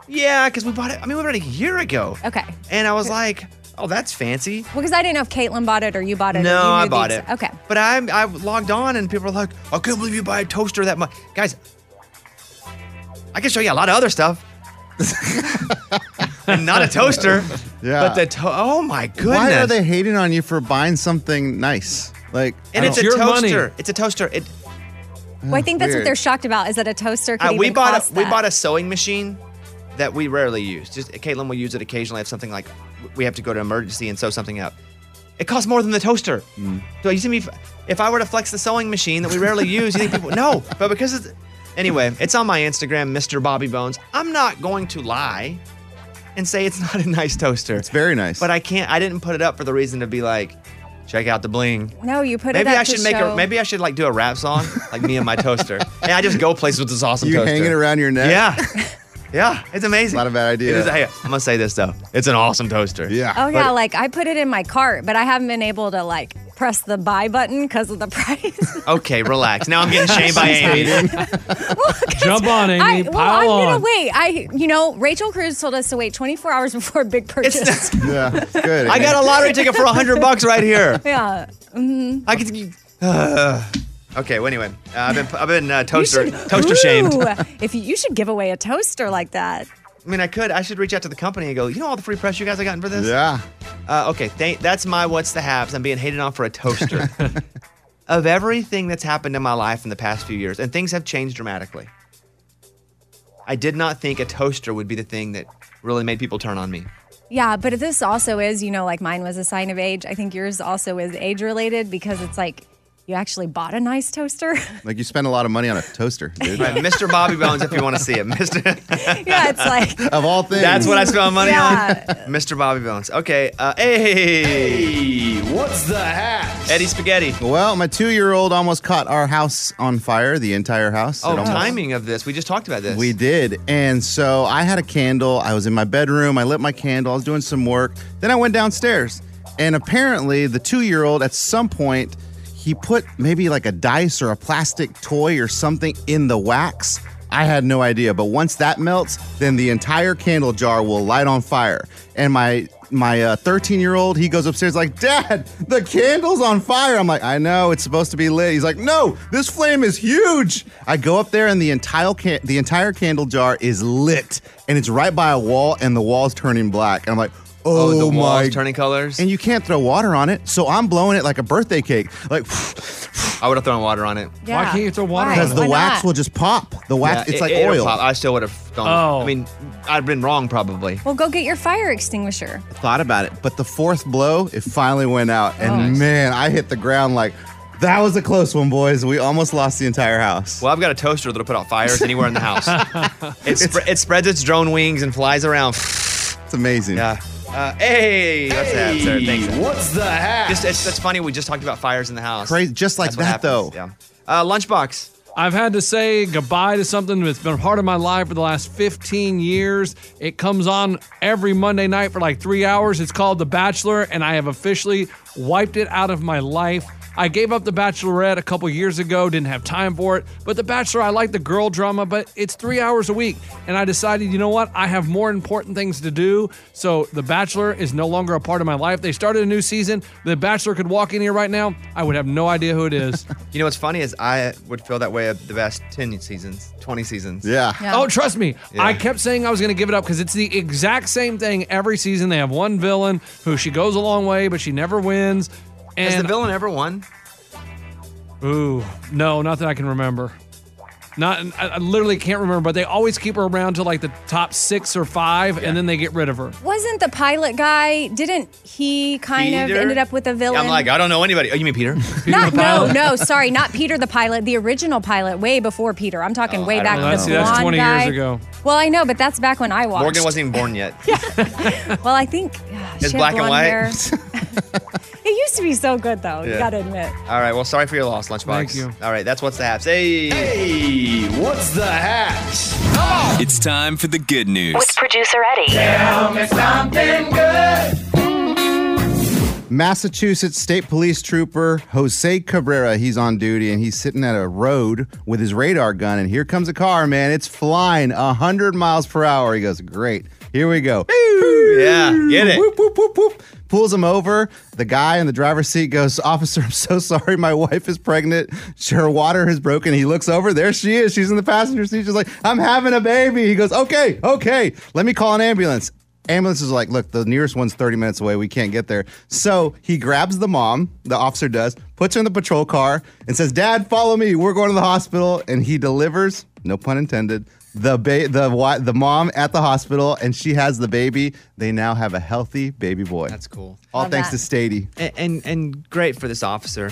Speaker 1: Yeah, because we bought it. I mean, we bought it a year ago.
Speaker 5: Okay.
Speaker 1: And I was like, oh, that's fancy.
Speaker 5: Well, because I didn't know if Caitlin bought it or you bought it. or
Speaker 1: No,
Speaker 5: you knew
Speaker 1: I
Speaker 5: the
Speaker 1: bought
Speaker 5: exa-
Speaker 1: it.
Speaker 5: Okay.
Speaker 1: But I I logged on and people are like, I can't believe you buy a toaster that much. Guys, I can show you a lot of other stuff. and not a toaster.
Speaker 4: Yeah.
Speaker 1: But the to- oh my goodness.
Speaker 4: Why are they hating on you for buying something nice? Like,
Speaker 1: And
Speaker 4: I
Speaker 1: it's
Speaker 4: don't-
Speaker 1: a toaster. It's a toaster. It,
Speaker 5: Well, I think that's what
Speaker 1: Weird.
Speaker 5: they're shocked about is that a toaster could
Speaker 1: uh,
Speaker 5: even
Speaker 1: we bought
Speaker 5: cost
Speaker 1: a, we
Speaker 5: that.
Speaker 1: bought a sewing machine that we rarely use. Just Caitlin will use it occasionally if something like we have to go to emergency and sew something up. It costs more than the toaster.
Speaker 4: Mm.
Speaker 1: So you see me if, if I were to flex the sewing machine that we rarely use, you think people no, but because it's anyway, it's on my Instagram, Mr. Bobby Bones. I'm not going to lie and say it's not a nice toaster. It's
Speaker 4: very nice.
Speaker 1: But I can't I didn't put it up for the reason to be like, check out the bling.
Speaker 5: No, you put
Speaker 1: maybe
Speaker 5: it. up
Speaker 1: I
Speaker 5: to
Speaker 1: should make
Speaker 5: show-
Speaker 1: a maybe I should like do a rap song, like me and my toaster. and I just go places with this awesome
Speaker 4: you
Speaker 1: toaster.
Speaker 4: hang it around your neck.
Speaker 1: Yeah. Yeah, it's amazing.
Speaker 4: Not a bad idea.
Speaker 1: It is- hey, I'm gonna say this though. It's an awesome toaster. Yeah.
Speaker 5: Oh yeah, like I put it in my cart, but I haven't been able to like press the buy button because of the price.
Speaker 1: okay, relax. Now I'm getting shamed by
Speaker 2: She's
Speaker 1: Amy.
Speaker 2: Jump on, Amy.
Speaker 5: I, well,
Speaker 2: Pile
Speaker 5: I'm
Speaker 2: on.
Speaker 5: gonna wait. I, you know, Rachel Cruz told us to wait 24 hours before a big purchase.
Speaker 4: yeah, it's good.
Speaker 1: I got a lottery ticket for hundred bucks right here.
Speaker 5: yeah. Mhm.
Speaker 1: I could. okay. Well, anyway, uh, I've been I've been uh, toaster toaster
Speaker 5: Ooh,
Speaker 1: shamed.
Speaker 5: if you, you should give away a toaster like that.
Speaker 1: I mean, I could. I should reach out to the company and go, you know, all the free press you guys have gotten for this.
Speaker 4: Yeah.
Speaker 1: Uh, okay. Th- that's my what's the haps. I'm being hated on for a toaster. of everything that's happened in my life in the past few years, and things have changed dramatically. I did not think a toaster would be the thing that really made people turn on me.
Speaker 5: Yeah, but this also is, you know, like mine was a sign of age. I think yours also is age related because it's like You actually bought a nice toaster?
Speaker 4: Like you spend a lot of money on a toaster, dude.
Speaker 1: Right, Mr. Bobby Bones, if you want to see it, Mr.
Speaker 5: yeah, it's like
Speaker 4: of all things.
Speaker 1: That's what I spend my money on, Mr. Bobby Bones. Okay, uh, hey, what's the hat? Eddie Spaghetti.
Speaker 4: Well, my two-year-old almost caught our house on fire, the entire house. It
Speaker 1: Oh,
Speaker 4: almost-
Speaker 1: timing of this. We just talked about this.
Speaker 4: We did. And so I had a candle. I was in my bedroom. I lit my candle. I was doing some work. Then I went downstairs. And apparently, the two year old at some point, he put maybe like a dice or a plastic toy or something in the wax. I had no idea. But once that melts, then the entire candle jar will light on fire. And my my 13 year old, he goes upstairs like, Dad, the candle's on fire. I'm like, I know it's supposed to be lit. He's like, No, this flame is huge. I go up there and the entire can- the entire candle jar is lit, and it's right by a wall, and the wall's turning black. And I'm like, Oh,
Speaker 1: the
Speaker 4: my
Speaker 1: wall's turning colors.
Speaker 4: And you can't throw water on it, so I'm blowing it like a birthday cake. Like,
Speaker 1: I would have thrown water on it.
Speaker 4: Yeah.
Speaker 2: Why can't you throw water?
Speaker 4: because the wax will just pop. The wax,
Speaker 1: Yeah, it-
Speaker 4: it's like
Speaker 1: it'll
Speaker 4: oil.
Speaker 1: pop. I still would have gone. Oh. I mean, I'd been wrong probably.
Speaker 5: well, go get your fire extinguisher.
Speaker 4: thought about it, but the fourth blow, it finally went out. And man, I hit the ground like that was a close one, boys. We almost lost the entire house.
Speaker 1: Well, I've got a toaster that'll put out fires anywhere in the house. it, spre- it spreads its drone wings and flies around. It's
Speaker 4: amazing.
Speaker 1: Yeah. Uh, hey, what's that, sir? Thanks.
Speaker 4: Hey, what's the hat?
Speaker 1: Just, it's, that's funny. We just talked about fires in the house.
Speaker 4: Crazy, just like
Speaker 1: That's
Speaker 4: that though.
Speaker 1: Yeah. Uh, lunchbox.
Speaker 2: I've had to say goodbye to something that's been a part of my life for the last 15 years. It comes on every Monday night for like three hours. It's called The Bachelor, and I have officially wiped it out of my life. I gave up The Bachelorette a couple years ago, didn't have time for it. But The Bachelor, I like the girl drama, but it's three hours a week. And I decided, you know what? I have more important things to do. So The Bachelor is no longer a part of my life. They started a new season. The Bachelor could walk in here right now. I would have no idea who it is.
Speaker 1: You know what's funny is I would feel that way of the best 10 seasons, 20 seasons.
Speaker 2: Yeah. Oh, trust me. I kept saying I was going to give it up because it's the exact same thing every season. They have one villain who she goes a long way, but she never wins. And
Speaker 1: Has the villain ever won?
Speaker 2: Ooh, no, not that I can remember. Not, I, I literally can't remember. But they always keep her around to like the top six or five, and then they get rid of her.
Speaker 5: Wasn't the pilot guy? Didn't he kind of
Speaker 1: Peter?
Speaker 5: ended up with a villain?
Speaker 1: I'm like, I don't know anybody. Oh, you mean Peter?
Speaker 5: Not, no, no, sorry, not Peter the pilot. The original pilot, way before Peter. I'm talking way back.
Speaker 1: Oh, know.
Speaker 5: the
Speaker 1: See, that's
Speaker 5: blonde
Speaker 1: 20 years
Speaker 5: guy.
Speaker 1: ago.
Speaker 5: Well, I know, but that's back when I watched.
Speaker 1: Morgan wasn't even born yet.
Speaker 5: Well, I think yeah,
Speaker 1: It's
Speaker 5: she had
Speaker 1: black and
Speaker 5: blonde
Speaker 1: white.
Speaker 5: hair. it used to be so good, though. You
Speaker 1: Yeah.
Speaker 5: got to admit.
Speaker 1: All right. Well, sorry for your loss, Lunchbox. Thank you. All right. That's what's the haps. Hey. Hey. What's the haps?
Speaker 10: It's time for the good news.
Speaker 11: With producer Eddie.
Speaker 10: Tell me something good.
Speaker 4: Massachusetts State Police Trooper Jose Cabrera, he's on duty and he's sitting at a road with his radar gun. And here comes a car, man. It's flying 100 miles per hour. He goes, Great. Here we go.
Speaker 1: Yeah. Get it.
Speaker 4: Whoop, whoop, whoop, whoop. Pulls him over. The guy in the driver's seat goes, Officer, I'm so sorry. My wife is pregnant. Her water is broken. He looks over. There she is. She's in the passenger seat. She's like, I'm having a baby. He goes, Okay, okay. Let me call an ambulance. Ambulance is like, Look, the nearest one's 30 minutes away. We can't get there. So he grabs the mom, the officer does, puts her in the patrol car, and says, Dad, follow me. We're going to the hospital. And he delivers, no pun intended, the ba- the wi- the mom at the hospital and she has the baby. They now have a healthy baby boy. That's
Speaker 1: cool.
Speaker 4: All
Speaker 1: Love
Speaker 4: thanks
Speaker 1: that.
Speaker 4: to Stady.
Speaker 1: And, and and great for this officer,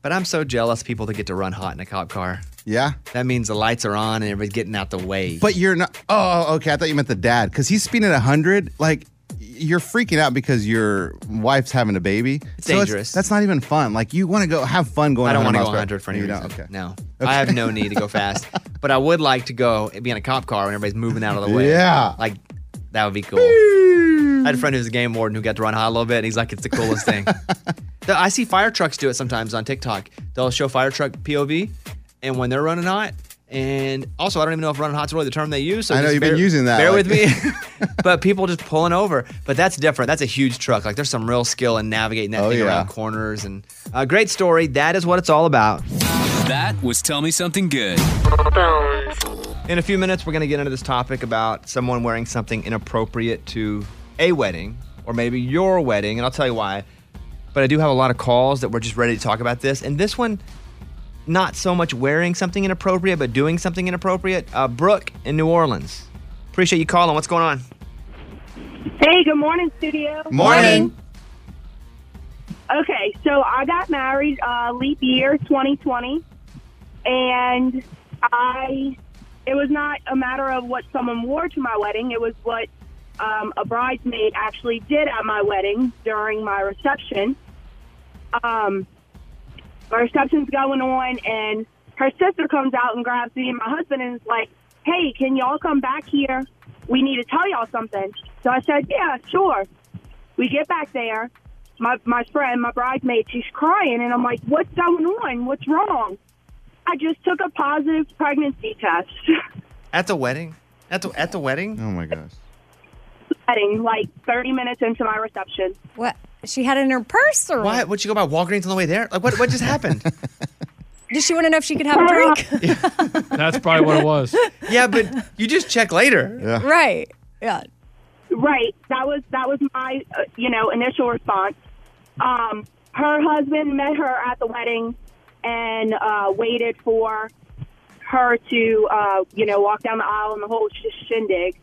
Speaker 1: but I'm so jealous people that get to run hot in a cop car.
Speaker 4: Yeah.
Speaker 1: That means the lights are on and everybody's getting out the way.
Speaker 4: But you're not. Oh, okay. I thought you meant the dad because he's speeding at hundred. Like you're freaking out because your wife's having a baby.
Speaker 1: It's
Speaker 4: So
Speaker 1: dangerous.
Speaker 4: that's not even fun. Like you want to go have fun going.
Speaker 1: I don't
Speaker 4: want to
Speaker 1: go 100 for any reason.
Speaker 4: Okay.
Speaker 1: No,
Speaker 4: Okay.
Speaker 1: I have no need to go fast. but I would like to go and be in a cop car when everybody's moving out of the way.
Speaker 4: Yeah.
Speaker 1: like that would be cool. I had a friend who was a game warden who got to run high a little bit, and he's like, "It's the coolest thing." The- I see fire trucks do it sometimes on TikTok. They'll show fire truck POV, and when they're running hot. And also, I don't even know if running hot's really the term they use. So
Speaker 4: I know
Speaker 1: just
Speaker 4: you've been
Speaker 1: bear-
Speaker 4: using that,
Speaker 1: Bear
Speaker 4: like-
Speaker 1: with me but people just pulling over. But that's different. That's a huge truck. Like there's some real skill in navigating that
Speaker 10: Oh,
Speaker 1: thing
Speaker 10: yeah.
Speaker 1: around corners. And a great story. That is what it's all about.
Speaker 10: That was Tell Me Something Good.
Speaker 1: In a few minutes, we're going to get into this topic about someone wearing something inappropriate to a wedding or maybe your wedding. And I'll tell you why. But I do have a lot of calls that we're just ready to talk about this. And this one, not so much wearing something inappropriate, but doing something inappropriate. Uh, Brooke in New Orleans. Appreciate you calling. What's going on?
Speaker 16: Hey, good morning, studio.
Speaker 1: Morning.
Speaker 16: Okay, so I got married uh, leap year 2020, and I it was not a matter of what someone wore to my wedding. It was what um, a bridesmaid actually did at my wedding during my reception. Um, my reception's going on, and her sister comes out and grabs me and my husband and is like, "Hey, can y'all come back here? We need to tell y'all something." So I said, "Yeah, sure." We get back there. My my friend, my bridesmaid, she's crying, and I'm like, "What's going on? What's wrong?" I just took a positive pregnancy test.
Speaker 1: At the wedding? At the at the wedding?
Speaker 4: Oh my gosh.
Speaker 16: Wedding, like 30 minutes into my reception.
Speaker 5: What? She had it in her purse or
Speaker 1: Why? What'd you go by Walgreens on the way there? Like what? What just happened?
Speaker 5: Does she want to know if she could have a drink?
Speaker 2: That's probably what it was.
Speaker 1: yeah, but you just check later.
Speaker 4: Yeah.
Speaker 5: Right. Yeah.
Speaker 16: Right. That was that was my uh, you know initial response. Um, her husband met her at the wedding and uh, waited for her to uh, you know walk down the aisle and the whole sh- shindig.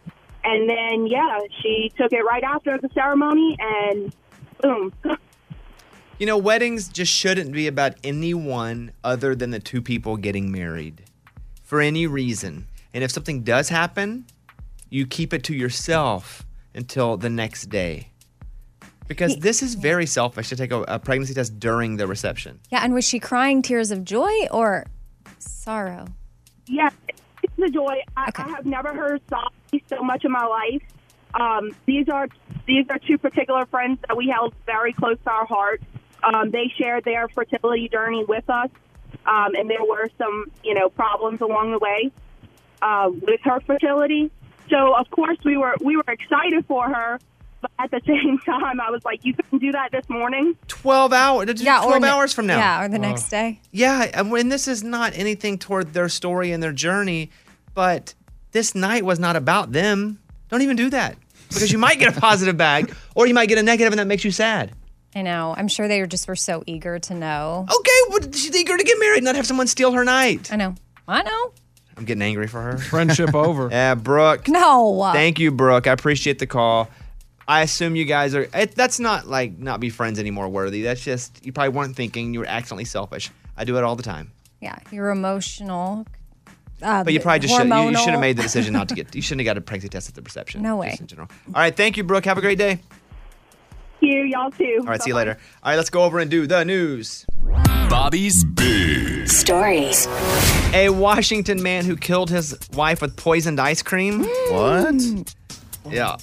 Speaker 16: And then yeah, she took it right after the ceremony and boom.
Speaker 1: You know, weddings just shouldn't be about anyone other than the two people getting married for any reason. And if something does happen, you keep it to yourself until the next day. Because this is very selfish to take a, a pregnancy test during the reception.
Speaker 5: Yeah. And was she crying tears of joy or sorrow?
Speaker 16: Yeah, it's the joy. I, I have never heard sob so much in my life. Um, these are these are two particular friends that we held very close to our heart. Um, they shared their fertility journey with us, um, and there were some you know problems along the way uh, with her fertility. So of course we were we were excited for her, but at the same time I was like, you couldn't do that this morning.
Speaker 1: 12 hours,
Speaker 5: Yeah, or
Speaker 1: 12
Speaker 5: ne-
Speaker 1: hours from now.
Speaker 5: yeah, or the next day.
Speaker 1: Yeah, and when this is not anything toward their story and their journey, but this night was not about them. Don't even do that because you might get a positive bag or you might get a negative and that makes you sad.
Speaker 5: I know. I'm sure they just were so eager to know.
Speaker 1: Okay, but she's eager to get married, not have someone steal her night.
Speaker 5: I know. I know.
Speaker 1: I'm getting angry for her.
Speaker 2: Friendship over.
Speaker 1: Yeah, Brooke.
Speaker 5: No.
Speaker 1: Thank you, Brooke. I appreciate the call. I assume you guys are. It, that's not like not be friends anymore worthy. That's just you probably weren't thinking. You were accidentally selfish. I do it all the time.
Speaker 5: Yeah. You're emotional. Uh,
Speaker 1: But you probably just should, you, you
Speaker 5: hormonal.
Speaker 1: should have made the decision not to get. You shouldn't have got a pregnancy test at the reception.
Speaker 5: No
Speaker 1: just
Speaker 5: way.
Speaker 1: in general. All right. Thank you, Brooke. Have a great day.
Speaker 16: You y'all too.
Speaker 1: All right. See you later. All right. Let's go over and do the news.
Speaker 10: Bobby's Big
Speaker 11: Stories.
Speaker 1: A Washington man who killed his wife with poisoned ice cream. Mm.
Speaker 4: What?
Speaker 1: Yeah.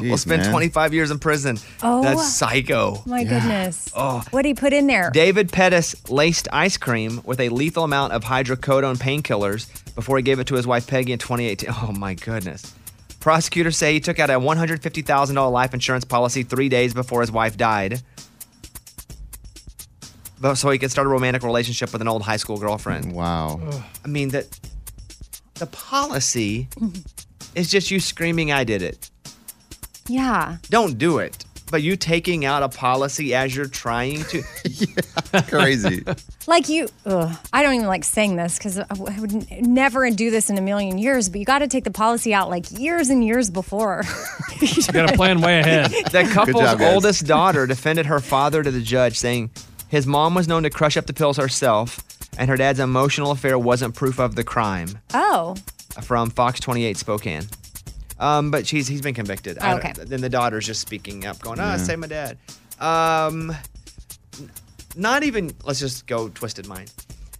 Speaker 1: will spend
Speaker 4: man.
Speaker 1: 25 years in prison.
Speaker 5: Oh.
Speaker 1: That's psycho.
Speaker 5: My goodness.
Speaker 1: Oh.
Speaker 5: What he put in there?
Speaker 1: David Pettis laced ice cream with a lethal amount of hydrocodone painkillers before he gave it to his wife Peggy in 2018. Oh my goodness. Prosecutors say he took out a $150,000 life insurance policy three days before his wife died. But- So he could start a romantic relationship with an old high school girlfriend.
Speaker 4: Wow.
Speaker 1: I mean, that the policy
Speaker 5: Mm-hmm.
Speaker 1: is just you screaming, I did it.
Speaker 5: yeah.
Speaker 1: Don't do it. But you taking out a policy as you're trying to.
Speaker 4: crazy.
Speaker 5: Like you, ugh, I don't even like saying this because I w- I would n- never do this in a million years. But you got to take the policy out like years and years before.
Speaker 2: You got a plan way ahead.
Speaker 1: The couple's
Speaker 2: job, guys.
Speaker 1: oldest daughter defended her father to the judge, saying his mom was known to crush up the pills herself, and her dad's emotional affair wasn't proof of the crime.
Speaker 5: oh,
Speaker 1: From Fox 28 Spokane. Um, but she's he's been convicted. I don't-
Speaker 5: Okay.
Speaker 1: Then the daughter's just speaking up, going, "Ah,
Speaker 5: Yeah.
Speaker 1: say my dad." Um, n- not even. Let's just go twisted mind.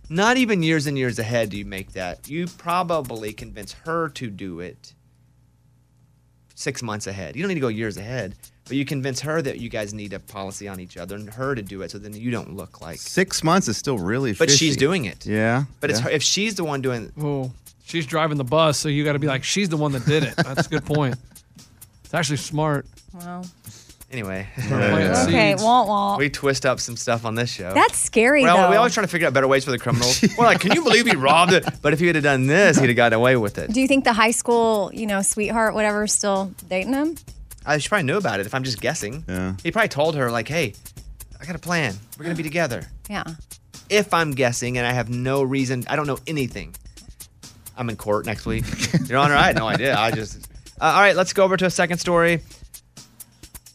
Speaker 1: Not even years and years ahead do you make that. You probably convince her to do it six months ahead. You don't need to go years ahead, but you convince her that you guys need a policy on each other and her to do it, so then you don't look like.
Speaker 4: Six months is still really.
Speaker 1: But she's
Speaker 4: fishy.
Speaker 1: doing it.
Speaker 4: Yeah.
Speaker 1: But it's
Speaker 4: yeah.
Speaker 1: her, if she's the one doing.
Speaker 2: Well, she's driving the bus, so you got to be like, she's the one that did it. That's a good point. It's actually smart.
Speaker 5: wow.
Speaker 1: Anyway,
Speaker 2: Yeah.
Speaker 5: Okay, wah wah.
Speaker 1: we twist up some stuff on this show.
Speaker 5: That's scary
Speaker 1: Oh. Well, we
Speaker 5: though.
Speaker 1: always try to figure out better ways for the criminals. We're like, can you believe he robbed it? But if he would have done this, he'd have gotten away with it.
Speaker 5: do you think the high school, you know, sweetheart, whatever, is still dating him?
Speaker 1: I should probably knew about it if I'm just guessing. Yeah. He probably told her, like, hey, I got a plan. We're going to be together.
Speaker 5: Yeah.
Speaker 1: If I'm guessing and I have no reason, I don't know anything. I'm in court next week. Your Honor, I had no idea. I just. Uh, all right, let's go over to a second story.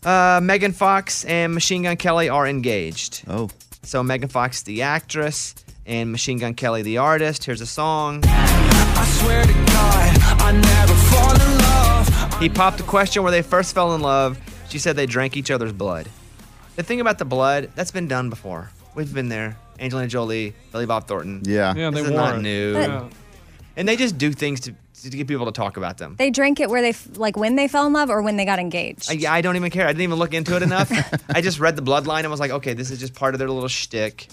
Speaker 1: Uh, Megan Fox and Machine Gun Kelly are engaged. Oh. So Megan Fox, the actress, and Machine Gun Kelly, the artist. Here's a song.
Speaker 17: I swear to God, I never fall in love.
Speaker 1: He popped a question where they first fell in love. She said they drank each other's blood. The thing about the blood, that's been done before. We've been there. Angelina Jolie, Billy Bob Thornton.
Speaker 4: Yeah. Yeah,
Speaker 1: this
Speaker 4: they
Speaker 1: is not
Speaker 4: wore it.
Speaker 1: new.
Speaker 5: But-
Speaker 1: And they just do things to, to get people to talk about them.
Speaker 5: They drank it where they f- like when they fell in love or when they got engaged.
Speaker 1: I, I don't even care. I didn't even look into it enough. I just read the bloodline and was like, okay, this is just part of their little shtick.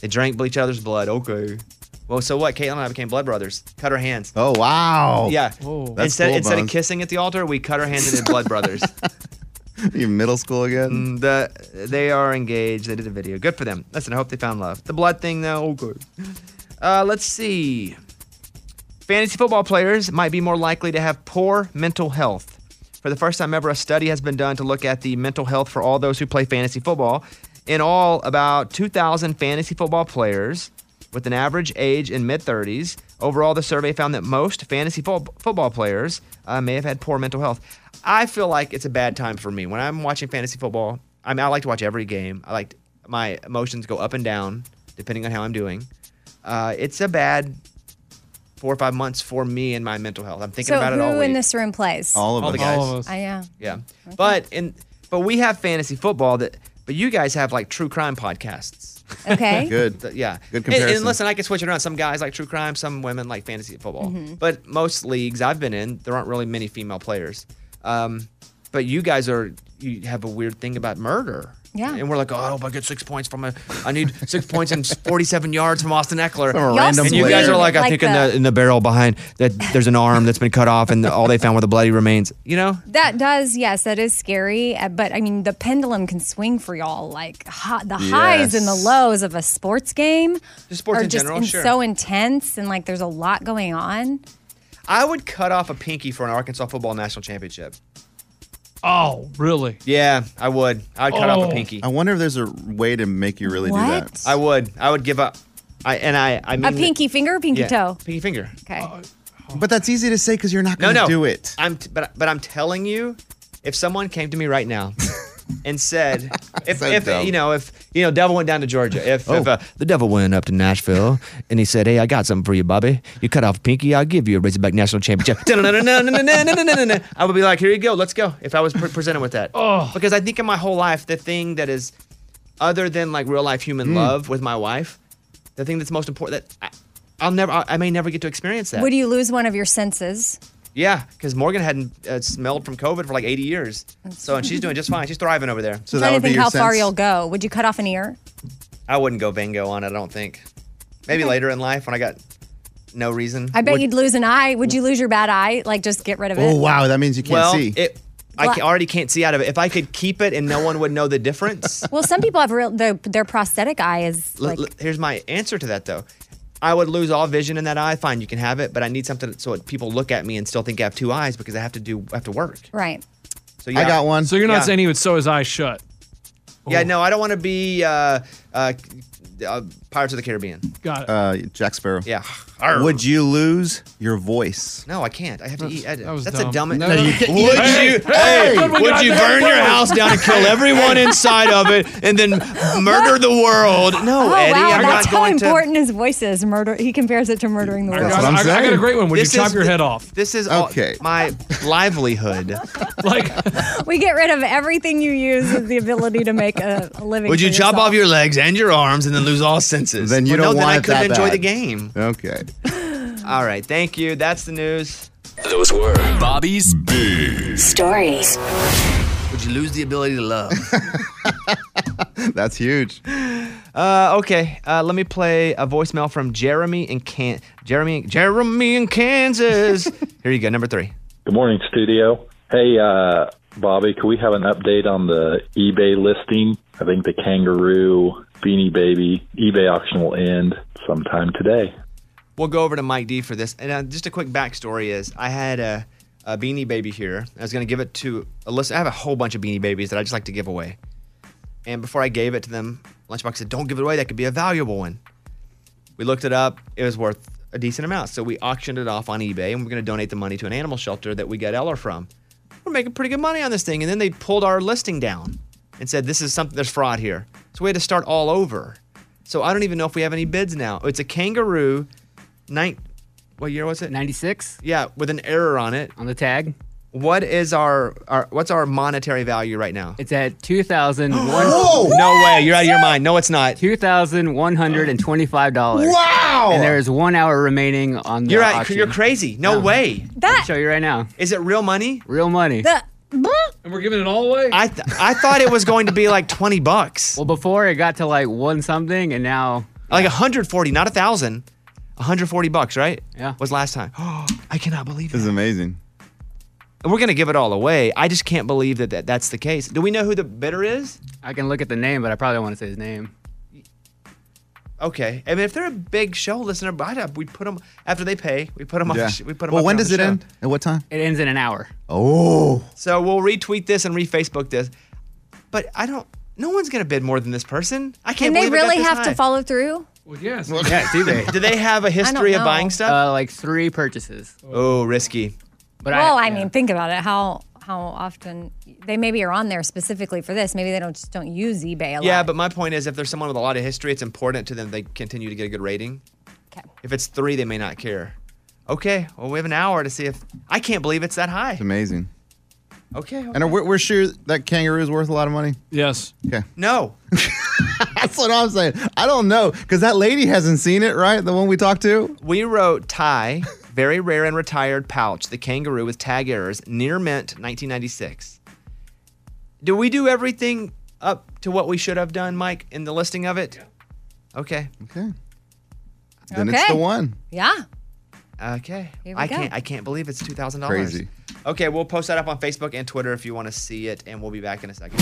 Speaker 1: They drank each other's blood. Okay. Well, so what? Caitlin and I became blood brothers. Cut her hands.
Speaker 4: Oh wow.
Speaker 1: Yeah.
Speaker 4: That's
Speaker 1: instead
Speaker 4: cool,
Speaker 1: instead of
Speaker 4: Bones.
Speaker 1: kissing at the altar, we cut her hands and did blood brothers.
Speaker 4: you middle school again?
Speaker 1: The they are engaged. They did a video. Good for them. Listen, I hope they found love. The blood thing, though. Oh, good. Uh, let's see. Fantasy football players might be more likely to have poor mental health. For the first time ever, a study has been done to look at the mental health for all those who play fantasy football. In all, about 2,000 fantasy football players with an average age in mid 30s. Overall, the survey found that most fantasy fo- football players uh, may have had poor mental health. I feel like it's a bad time for me when I'm watching fantasy football. I mean, I like to watch every game. I like my emotions go up and down depending on how I'm doing. Uh, it's a bad four or five months for me and my mental health. I'm thinking
Speaker 5: so
Speaker 1: about it
Speaker 5: who
Speaker 1: all week.
Speaker 5: in this room plays?
Speaker 1: All of All us. the guys. All of us.
Speaker 5: I am.
Speaker 1: Yeah. But in but we have fantasy football that but you guys have like true crime podcasts.
Speaker 5: Okay.
Speaker 4: Good.
Speaker 1: Th- yeah. And- And,
Speaker 4: Good comparison.
Speaker 1: listen, I can switch it around. Some guys like true crime, some women like fantasy football.
Speaker 4: Mhm.
Speaker 1: But most leagues I've been in, there aren't really many female players. Um, but you guys are you have a weird thing about murder.
Speaker 5: Yeah.
Speaker 1: And we're like, oh, I hope I get six points from a. I need six points and 47 yards from Austin Eckler.
Speaker 4: From a Y'all random
Speaker 1: and you guys
Speaker 4: player.
Speaker 1: are like, I
Speaker 4: like
Speaker 1: think in
Speaker 4: the-
Speaker 1: the in the barrel behind that there's an arm that's been cut off, and all they found were the bloody remains. You know,
Speaker 5: That does, yes, that is scary. uh, But I mean, the pendulum can swing for y'all. Like hi- the highs and the
Speaker 1: Yes.
Speaker 5: lows of a sports game
Speaker 1: Just sports
Speaker 5: are
Speaker 1: in
Speaker 5: just
Speaker 1: general, sure.
Speaker 5: so intense and like there's a lot going on.
Speaker 1: I would cut off a pinky for an Arkansas football national championship.
Speaker 2: Oh, really?
Speaker 1: Yeah, I would. I would cut off a pinky.
Speaker 4: I wonder if there's a way to make you really do that.
Speaker 1: I would. I would give up. I and I. I mean,
Speaker 5: a pinky finger, or pinky
Speaker 1: yeah,
Speaker 5: toe.
Speaker 1: Pinky finger.
Speaker 5: Okay.
Speaker 4: But that's easy to say because you're not
Speaker 1: No,
Speaker 4: going to
Speaker 1: no.
Speaker 4: do it.
Speaker 1: I'm. T- but but I'm telling you, if someone came to me right now. And said, if,
Speaker 4: So
Speaker 1: if
Speaker 4: dumb.
Speaker 1: you know, if you know, devil went down to Georgia. If,
Speaker 4: Oh.
Speaker 1: if uh, the devil went up to Nashville and he said, "Hey, I got something for you, Bobby. You cut off a pinky, I'll give you a Razorback national championship." I would be like, "Here you go, let's go." If I was pre- presented with that,
Speaker 2: Oh.
Speaker 1: because I think in my whole life, the thing that is other than like real life human
Speaker 2: Mm.
Speaker 1: love with my wife, the thing that's most important that I, I'll never, I, I may never get to experience that.
Speaker 5: Would you lose one of your senses?
Speaker 1: Yeah, because Morgan hadn't uh, smelled from COVID for like 80 years, so and she's doing just fine. She's thriving over there.
Speaker 5: I'm trying to think how far you'll go. Would you cut off an ear?
Speaker 1: I wouldn't go bingo on it. I don't think. Maybe later in life when I got no reason.
Speaker 5: I bet
Speaker 1: Mm-hmm. Would- Oh,
Speaker 5: you'd lose an eye. Would you lose your bad eye? Like just get rid of it.
Speaker 4: Oh, that means you can't
Speaker 1: well,
Speaker 4: see.
Speaker 1: It, I
Speaker 5: Well-
Speaker 1: ca- already can't see out of it. If I could keep it and no one would know the difference.
Speaker 5: Well, some people have real their, their prosthetic eye is
Speaker 1: L-
Speaker 5: like
Speaker 1: l- here's my answer to that though. I would lose all vision in that eye. Fine, you can have it, but I need something so that people look at me and still think I have two eyes because I have to do I have to work.
Speaker 5: right.
Speaker 1: So yeah.
Speaker 2: So you're not
Speaker 1: Yeah.
Speaker 2: saying he would sew his eyes shut.
Speaker 1: Yeah, no, I don't want to be uh, uh, uh, Pirates of the Caribbean.
Speaker 2: Got
Speaker 4: Uh, Jack Sparrow.
Speaker 1: Yeah.
Speaker 4: Would you lose your voice?
Speaker 1: No, I can't. I have to eat. I,
Speaker 4: was
Speaker 1: that's
Speaker 4: dumb.
Speaker 1: a dumb.
Speaker 4: No, you can't- you
Speaker 1: would
Speaker 4: can't.
Speaker 1: you?
Speaker 4: Hey,
Speaker 1: Hey,
Speaker 4: hey,
Speaker 1: would you burn your house down and kill everyone inside of it, and then murder the world? No,
Speaker 5: oh
Speaker 1: Eddie,
Speaker 5: wow,
Speaker 1: I'm
Speaker 5: that's
Speaker 1: not
Speaker 5: how
Speaker 1: going to.
Speaker 5: important his voice is. Murder. He compares it to murdering the world.
Speaker 2: I- I got a great one. When you
Speaker 1: This
Speaker 2: chop
Speaker 1: is
Speaker 2: your
Speaker 1: the-
Speaker 2: head off.
Speaker 1: This is all-
Speaker 2: Okay.
Speaker 1: my livelihood.
Speaker 5: We get rid of everything you use as the ability to make a, a living.
Speaker 1: Would you
Speaker 5: for
Speaker 1: chop
Speaker 5: yourself.
Speaker 1: off your legs and your arms and then lose all senses?
Speaker 4: Then you
Speaker 1: Well,
Speaker 4: don't
Speaker 1: no,
Speaker 4: want
Speaker 1: then I
Speaker 4: it
Speaker 1: couldn't
Speaker 4: that
Speaker 1: enjoy
Speaker 4: bad.
Speaker 1: the game.
Speaker 4: Okay.
Speaker 1: All right, thank you. That's the news.
Speaker 10: Those were Bobby's Big
Speaker 11: Stories.
Speaker 1: Would you lose the ability to love?
Speaker 4: That's huge.
Speaker 1: Uh, okay, uh, let me play a voicemail from Jeremy in Can Jeremy Jeremy in Kansas. Here you go, number three.
Speaker 18: Good morning, studio. Hey, uh, Bobby, can we have an update on the eBay listing? I think the kangaroo beanie baby eBay auction will end sometime today.
Speaker 1: We'll go over to Mike D for this. And uh, just a quick backstory is I had a, a beanie baby here. I was going to give it to a list. I have a whole bunch of beanie babies that I just like to give away. And before I gave it to them, Lunchbox said, Don't give it away. That could be a valuable one. We looked it up. It was worth a decent amount. So we auctioned it off on eBay and we're going to donate the money to an animal shelter that we got Eller from. We're making pretty good money on this thing. And then they pulled our listing down and said, this is something, there's fraud here. So we had to start all over. So I don't even know if we have any bids now. It's a kangaroo, nine, what year was it? 96. Yeah, with an error on it. On the tag. What is our, our what's our monetary value right now? It's at 2000
Speaker 19: Whoa!
Speaker 1: No way, you're out of your mind. No, it's not.
Speaker 19: $2,125.
Speaker 1: Wow!
Speaker 19: And there is one hour remaining on the
Speaker 1: You're right.
Speaker 19: auction.
Speaker 1: You're crazy. No, way.
Speaker 19: That, I'll show you right now.
Speaker 1: Is it real money?
Speaker 19: Real money.
Speaker 2: and we're giving it all away.
Speaker 1: I th- I thought it was going to be like twenty bucks.
Speaker 19: Well, before it got to like one something, and now
Speaker 1: like hundred forty, not a thousand. 140 bucks, right? Yeah. Was last time. I cannot believe
Speaker 4: This is amazing.
Speaker 1: We're going to give it all away. I just can't believe that, that that's the case. Do we know who the bidder is?
Speaker 19: I can look at the name, but I probably don't want to say his name.
Speaker 1: Okay. I mean, if they're a big show listener, I'd have, we put them, after they pay, we put them on the sh- we put 'em
Speaker 4: well,
Speaker 1: up
Speaker 4: when
Speaker 1: here on
Speaker 4: does
Speaker 1: the
Speaker 4: it
Speaker 1: show.
Speaker 4: end? At what time?
Speaker 19: It ends in an hour.
Speaker 4: Oh.
Speaker 1: So we'll retweet this and re-Facebook this. But I don't, no one's going to bid more than this person. I can't
Speaker 5: and they
Speaker 1: believe it got
Speaker 5: really
Speaker 1: this
Speaker 5: have
Speaker 1: high.
Speaker 5: to follow through.
Speaker 2: Well, yes.
Speaker 19: yeah, do they?
Speaker 1: Do they have a history of
Speaker 5: know.
Speaker 1: buying stuff?
Speaker 19: Uh, like three purchases.
Speaker 1: Oh, risky.
Speaker 19: But
Speaker 5: well,
Speaker 19: I,
Speaker 5: I, mean, think about it. How how often they maybe are on there specifically for this. Maybe they don't just don't use eBay a lot.
Speaker 1: Yeah, but my point is, if there's someone with a lot of history, it's important to them they continue to get a good rating. Okay. If it's three, they may not care. Okay. Well, we have an hour to see if I can't believe it's that high.
Speaker 4: It's amazing.
Speaker 1: Okay. okay.
Speaker 4: And we're, we're sure that kangaroo is worth a lot of money?
Speaker 2: Yes.
Speaker 4: Okay.
Speaker 1: No.
Speaker 4: That's what I'm saying. I don't know because that lady hasn't seen it, right? The one we talked to?
Speaker 1: we wrote Thai, very rare and retired pouch, the kangaroo with tag errors, near mint, 1996. Do we do everything up to what we should have done, Mike, in the listing of it? Okay.
Speaker 4: Okay. Then it's the one.
Speaker 5: Yeah.
Speaker 1: Okay.
Speaker 5: Here we
Speaker 1: I
Speaker 5: go.
Speaker 1: can't. I can't believe it's two thousand dollars.
Speaker 4: Crazy.
Speaker 1: Okay, we'll post that up on Facebook and Twitter if you want to see it, and we'll be back in a second.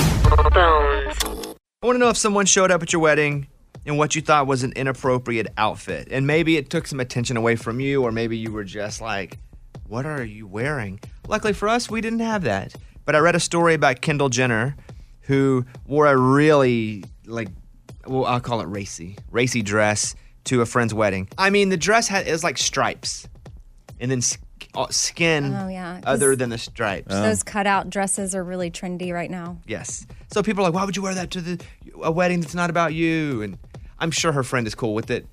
Speaker 1: I want to know if someone showed up at your wedding in what you thought was an inappropriate outfit, and maybe it took some attention away from you, or maybe you were just like, "What are you wearing?" Luckily for us, we didn't have that. But I read a story about Kendall Jenner, who wore a really like, well, I'll call it racy, racy dress to a friend's wedding. I mean, the dress had is like stripes, and then sk- uh, skin
Speaker 5: Oh, yeah, 'cause
Speaker 1: other than the stripes.
Speaker 5: Those cutout dresses are really trendy right now.
Speaker 1: Yes. So people are like, why would you wear that to the a wedding that's not about you? And I'm sure her friend is cool with it.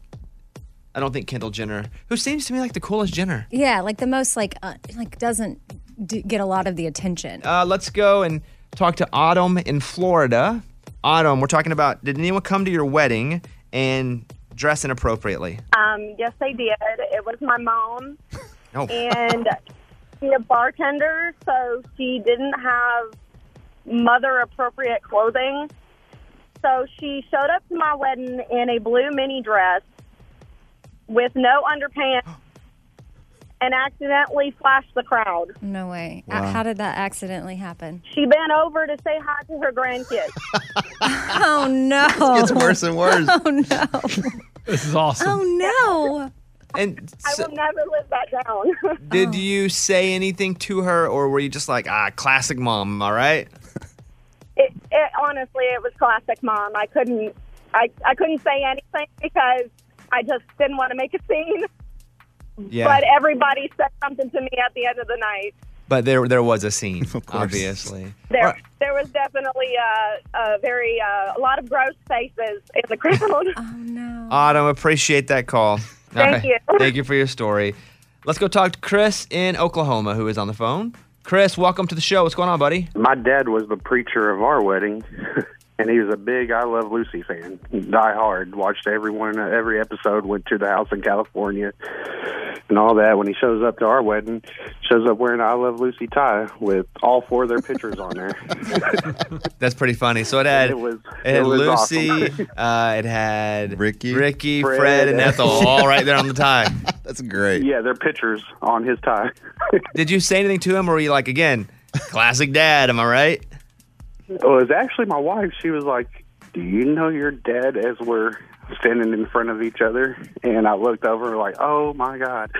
Speaker 1: I don't think Kendall Jenner, who seems to me like the coolest Jenner.
Speaker 5: Yeah, like the most like uh, like doesn't d- get a lot of the attention.
Speaker 1: Uh, let's go and talk to Autumn in Florida. Autumn, we're talking about did anyone come to your wedding and dress inappropriately?
Speaker 20: Um, yes, they did. It was my mom,
Speaker 1: Oh.
Speaker 20: and she's a bartender, so she didn't have mother appropriate clothing. So she showed up to my wedding in a blue mini dress with no underpants and accidentally flashed the crowd.
Speaker 5: No way. A-
Speaker 20: Wow.
Speaker 5: How did that accidentally happen?
Speaker 20: She bent over to say hi to her grandkids.
Speaker 5: oh no.
Speaker 4: It's worse and worse.
Speaker 5: Oh no.
Speaker 2: This is awesome.
Speaker 5: Oh
Speaker 1: And
Speaker 20: I will never live that down.
Speaker 1: Did you say anything to her or were you just like, ah, classic mom, all right?
Speaker 20: It, it honestly, it was classic mom. I couldn't, I, I couldn't say anything because I just didn't want to make a scene.
Speaker 1: Yeah.
Speaker 20: But everybody said something to me at the end of the night.
Speaker 1: But there there was a scene, obviously.
Speaker 20: There, there was definitely uh, a very uh, a lot of gross faces in the crowd.
Speaker 1: Mm-hmm. Autumn, appreciate that call.
Speaker 20: Thank you.
Speaker 1: Thank you for your story. Let's go talk to Chris in Oklahoma, who is on the phone. Chris, welcome to the show. What's going on, buddy?
Speaker 21: My dad was the preacher of our wedding, and he was a big I Love Lucy fan, die hard. Watched every one, every episode. Went to the house in California, and all that. When he shows up to our wedding, shows up wearing an I Love Lucy tie with all four of their pictures on there.
Speaker 1: That's pretty funny. So it had,
Speaker 21: It was-
Speaker 1: it had
Speaker 21: it was
Speaker 1: Lucy,
Speaker 21: awesome.
Speaker 1: uh, it had Ricky, Ricky, Fred,
Speaker 21: Fred,
Speaker 1: and Ethel, all right there on the tie. That's great.
Speaker 21: Yeah, their pictures on his tie.
Speaker 1: Did you say anything to him, or were you like, again, classic dad? Am I right?
Speaker 21: It was actually my wife. She was like, "Do you know your dad?" As we're standing in front of each other, and I looked over like, "Oh my god."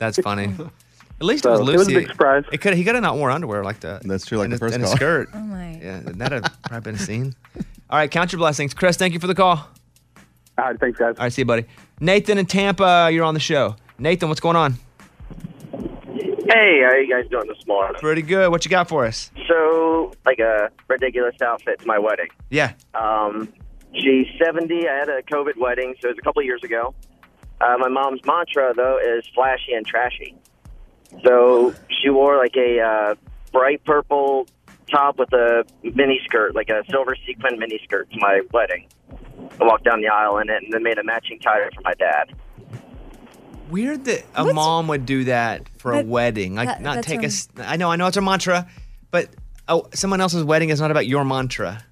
Speaker 1: That's funny. At least
Speaker 21: So,
Speaker 1: it was
Speaker 21: it
Speaker 1: Lucy.
Speaker 21: was a big surprise.
Speaker 1: It could he could have not worn underwear like that. That's true, like
Speaker 4: the first
Speaker 1: and a
Speaker 4: call.
Speaker 1: skirt.
Speaker 5: Oh my.
Speaker 1: Yeah, that'd have probably been seen. All right, count your blessings, Chris. Thank you for the call.
Speaker 21: All right, thanks, guys.
Speaker 1: All right, see you, buddy. Nathan in Tampa, you're on the show. Nathan, what's going on?
Speaker 3: Hey, how you guys doing this morning?
Speaker 1: Pretty good. What you got for us?
Speaker 3: So, like a ridiculous outfit to my wedding.
Speaker 1: Yeah.
Speaker 3: Um, she's 70. I had a COVID wedding, so it was a couple of years ago. Uh, my mom's mantra, though, is flashy and trashy. So she wore like a uh, bright purple top with a mini skirt, like a silver sequin mini skirt to my wedding. I walked down the aisle in it and then made a matching tie for my dad.
Speaker 1: Weird that a mom would do that for a
Speaker 3: That-
Speaker 1: wedding. Like,
Speaker 3: that-
Speaker 1: not
Speaker 3: that's
Speaker 1: take
Speaker 3: her-
Speaker 1: us. I know, I know it's her mantra, but oh, someone else's wedding is not about your mantra.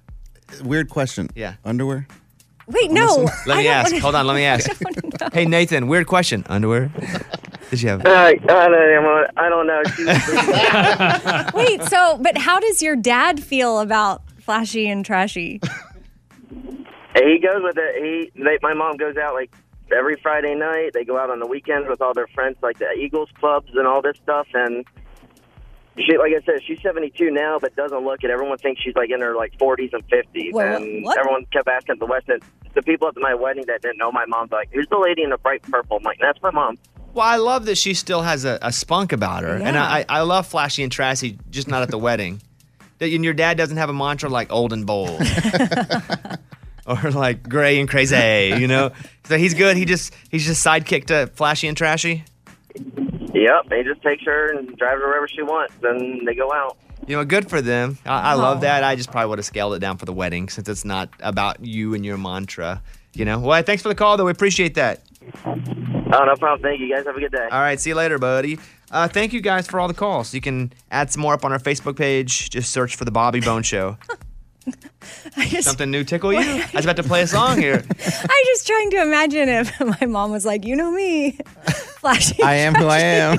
Speaker 4: Weird question.
Speaker 1: Yeah.
Speaker 4: Underwear?
Speaker 5: Wait, no.
Speaker 1: Let
Speaker 5: I
Speaker 1: me
Speaker 5: don't
Speaker 1: ask.
Speaker 5: wanna-
Speaker 1: Hold on. Let me ask. hey, Nathan, weird question. Underwear? Did you have
Speaker 3: I, I, don't, I don't know. She
Speaker 5: Wait, so, but how does your dad feel about flashy and trashy?
Speaker 3: He goes with it. He, they, my mom goes out like every Friday night. They go out on the weekends with all their friends, like the Eagles clubs and all this stuff. And she, like I said, she's seventy two now, but doesn't look it. Everyone thinks she's like in her like forties and fifties.
Speaker 5: Wait,
Speaker 3: And
Speaker 5: what?
Speaker 3: everyone kept asking at the West End. The people at my wedding that didn't know my mom's like, "Who's the lady in the bright purple?" I'm like, "That's my mom."
Speaker 1: Well, I love that she still has a, a spunk about her, and
Speaker 3: Yeah.
Speaker 1: I, I love flashy and trashy, just not at the wedding. That and your dad doesn't have a mantra like old and bold, or like gray and crazy. You know, so he's good. He just he's just sidekick to flashy and trashy.
Speaker 3: Yep. They just takes her and drives her wherever she wants, and they go out.
Speaker 1: You know, good for them. I, I love
Speaker 3: Oh.
Speaker 1: that. I just probably would have scaled it down for the wedding since it's not about you and your mantra. You know. Well, thanks for the call, though. We appreciate that.
Speaker 3: Oh, no problem. Thank you guys. Have a good day.
Speaker 1: All right, see you later, buddy. Uh, thank you guys for all the calls. You can add some more up on our Facebook page. Just search for the Bobby Bone Show. Something new tickle you? I was about to play a song here.
Speaker 5: I'm just trying to imagine if my mom was like, you know me, flashy.
Speaker 4: I am who I am.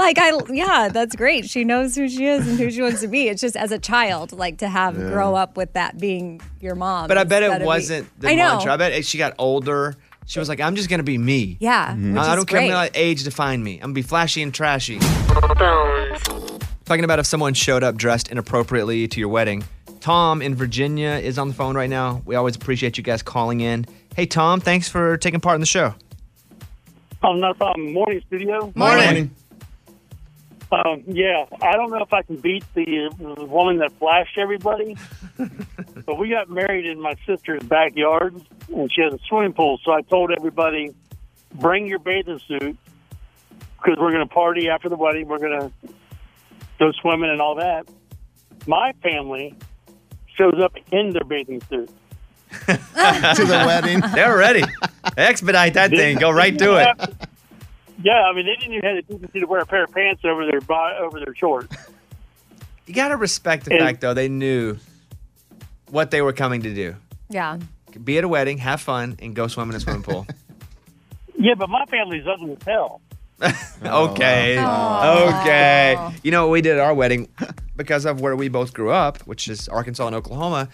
Speaker 5: like I, yeah, that's great. She knows who she is and who she wants to be. It's just as a child, like to have
Speaker 1: Yeah.
Speaker 5: grow up with that being your mom.
Speaker 1: But I bet
Speaker 5: instead
Speaker 1: it
Speaker 5: of
Speaker 1: wasn't
Speaker 5: be-
Speaker 1: the
Speaker 5: I know.
Speaker 1: mantra. I bet as she got older, she was like, I'm just going to be me.
Speaker 5: Yeah,
Speaker 4: Mm-hmm.
Speaker 5: which
Speaker 1: I
Speaker 5: is
Speaker 1: don't care
Speaker 5: great.
Speaker 1: about age define me. I'm going to be flashy and trashy. Talking about if someone showed up dressed inappropriately to your wedding. Tom in Virginia is on the phone right now. We always appreciate you guys calling in. Hey, Tom, thanks for taking part in the show.
Speaker 22: Oh, no problem. Morning, studio.
Speaker 1: Morning.
Speaker 22: Um, yeah, I don't know if I can beat the uh, woman that flashed everybody, but we got married in my sister's backyard, and she has a swimming pool. So I told everybody, bring your bathing suit because we're going to party after the wedding. We're going to go swimming and all that. My family shows up in their bathing suit.
Speaker 1: to
Speaker 22: the wedding.
Speaker 1: They're ready. Expedite that thing. Go right to it.
Speaker 22: Yeah, I mean they didn't even have the decency to wear a pair of pants over their bo- over their shorts.
Speaker 1: You gotta respect the fact though they knew what they were coming to do.
Speaker 5: Yeah.
Speaker 1: Be at a wedding, have fun, and go swim in a swimming pool.
Speaker 22: Yeah, but my family's ugly as hell.
Speaker 1: Oh, okay. Okay. You know what we did at our wedding because of where we both grew up, which is Arkansas and Oklahoma,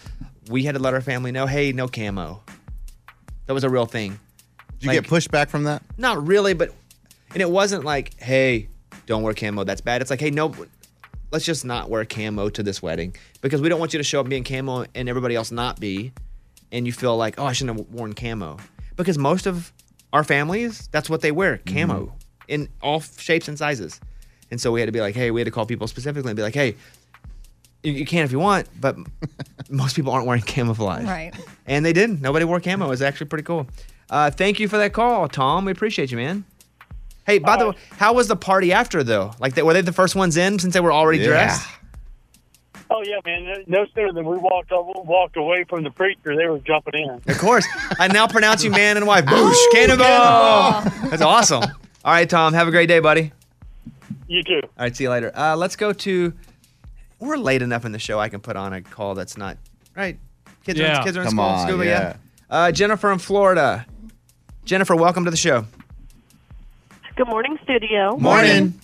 Speaker 1: we had to let our family know, hey, no camo. That was a real thing.
Speaker 4: Did you get pushback from that?
Speaker 1: Not really, but and it wasn't like, hey, don't wear camo, that's bad. It's like, hey, no, let's just not wear camo to this wedding because we don't want you to show up being camo and everybody else not be, and you feel like, oh, I shouldn't have worn camo because most of our families, that's what they wear, camo in all shapes and sizes, and so we had to be like, hey, we had to call people specifically and be like, hey, you, you can if you want, but most people aren't wearing camouflage.
Speaker 5: Right.
Speaker 1: And they didn't. Nobody wore camo. It was actually pretty cool. Uh, thank you for that call, Tom. We appreciate you, man. Hey, by the way, how was the party after though? Like, they, were they the first ones in since they were already
Speaker 22: Yeah.
Speaker 1: dressed?
Speaker 22: Oh yeah, man! No sooner than we walked over, walked away from the preacher, they were jumping in.
Speaker 1: Of course. I now pronounce you man and wife. Boosh, cannonball. That's awesome. All right, Tom. Have a great day, buddy.
Speaker 22: You too.
Speaker 1: All right, see you later. Uh, let's go to. We're late enough in the show. I can put on a call that's not right. Kids, are,
Speaker 2: Yeah.
Speaker 1: in- kids are in
Speaker 2: Come
Speaker 1: school.
Speaker 2: on,
Speaker 1: Scuba, yeah.
Speaker 2: yeah.
Speaker 1: Uh, Jennifer in Florida. Jennifer, welcome to the show.
Speaker 23: Good morning, studio.
Speaker 1: Morning.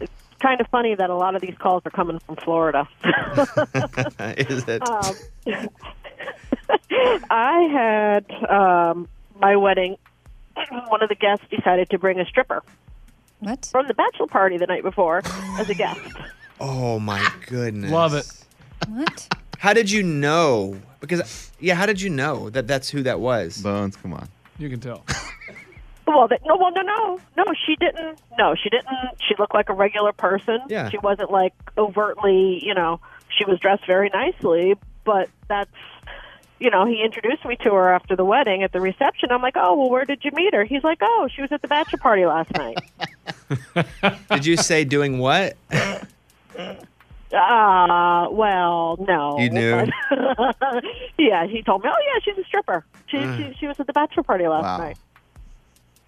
Speaker 23: It's kind of funny that a lot of these calls are coming from Florida.
Speaker 1: Is it?
Speaker 23: um, I had um, my wedding. One of the guests decided to bring a stripper.
Speaker 5: What?
Speaker 23: From the bachelor party the night before as a guest.
Speaker 1: Oh my goodness.
Speaker 2: Love it.
Speaker 5: Ah. What?
Speaker 1: How did you know? Because yeah, how did you know that that's who that was? Bones, come on.
Speaker 2: You can tell.
Speaker 23: Well, that, no, well, no, no, no. She didn't. No, she didn't. She looked like a regular person.
Speaker 7: Yeah.
Speaker 23: She wasn't like overtly, you know. She was dressed very nicely, but that's, you know, he introduced me to her after the wedding at the reception. I'm like, oh, well, where did you meet her? He's like, oh, she was at the bachelor party last night.
Speaker 1: Did you say doing what?
Speaker 23: Uh, well, no.
Speaker 1: You knew.
Speaker 23: yeah, he told me. Oh, yeah, she's a stripper. She
Speaker 1: Mm.
Speaker 23: she, she was at the bachelor party last
Speaker 1: Wow.
Speaker 23: night.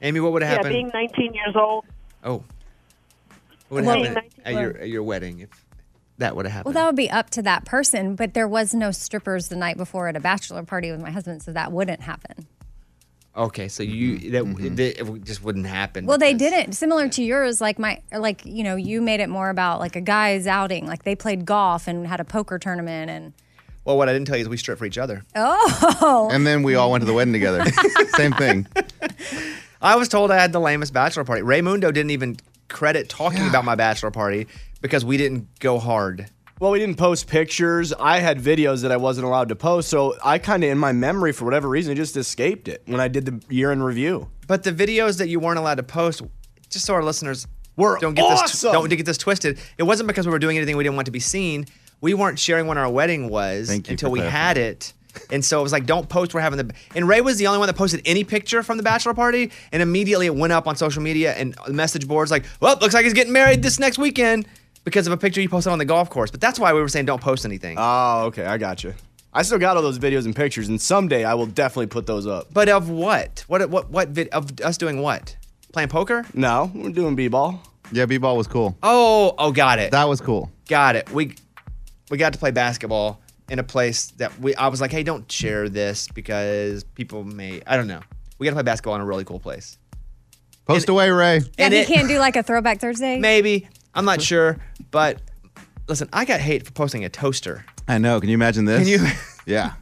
Speaker 1: Amy, what would
Speaker 23: yeah,
Speaker 1: happen?
Speaker 23: being 19 years old.
Speaker 1: oh. What would
Speaker 23: Well,
Speaker 1: happen
Speaker 23: being
Speaker 1: at your, at your wedding if that would have
Speaker 5: Well,
Speaker 1: happened?
Speaker 5: that would be up to that person, but there was no strippers the night before at a bachelor party with my husband, so that wouldn't happen.
Speaker 1: okay, so you that it, it just wouldn't happen.
Speaker 5: Well, they didn't. Similar to yours, like my, or like you know, you made it more about like a guy's outing. Like they played golf and had a poker tournament, and
Speaker 1: Well, what I didn't tell you is we stripped for each other.
Speaker 5: oh,
Speaker 1: And then we all went to the wedding together. Same thing. I was told I had the lamest bachelor party. Raymundo didn't even credit talking about my bachelor party because we didn't go hard.
Speaker 9: Well, we didn't post pictures. I had videos that I wasn't allowed to post, so I kind of, in my memory, for whatever reason, just escaped it when I did the year in review.
Speaker 1: But the videos that you weren't allowed to post, just so our listeners were don't get this
Speaker 9: awesome.
Speaker 1: don't get this twisted. It wasn't because we were doing anything we didn't want to be seen. We weren't sharing when our wedding was until
Speaker 9: for
Speaker 1: we
Speaker 9: clarifying.
Speaker 1: had it. And so it was like, don't post. We're having the. And Ray was the only one that posted any picture from the bachelor party, and immediately it went up on social media and the message boards like, well, looks like he's getting married this next weekend because of a picture you posted on the golf course. But that's why we were saying don't post anything.
Speaker 9: Oh, okay, I got you. I still got all those videos and pictures, and someday I will definitely put those up.
Speaker 1: But of what? What? What? What? Vid- of us doing what? Playing poker?
Speaker 9: No, we're doing b-ball.
Speaker 4: Yeah, b-ball was cool.
Speaker 1: Oh, oh, got it.
Speaker 4: That was cool.
Speaker 1: Got it. We we got to play basketball in a place that we I was like, hey, don't share this because people may I don't know. We got to play basketball in a really cool place.
Speaker 4: Post away, Ray.
Speaker 5: yeah,
Speaker 1: And
Speaker 5: he
Speaker 1: it-
Speaker 5: can't do like a throwback Thursday.
Speaker 1: Maybe I'm not sure, but listen, I got hate for posting a toaster.
Speaker 4: I know. Can you imagine this? Can you? Yeah.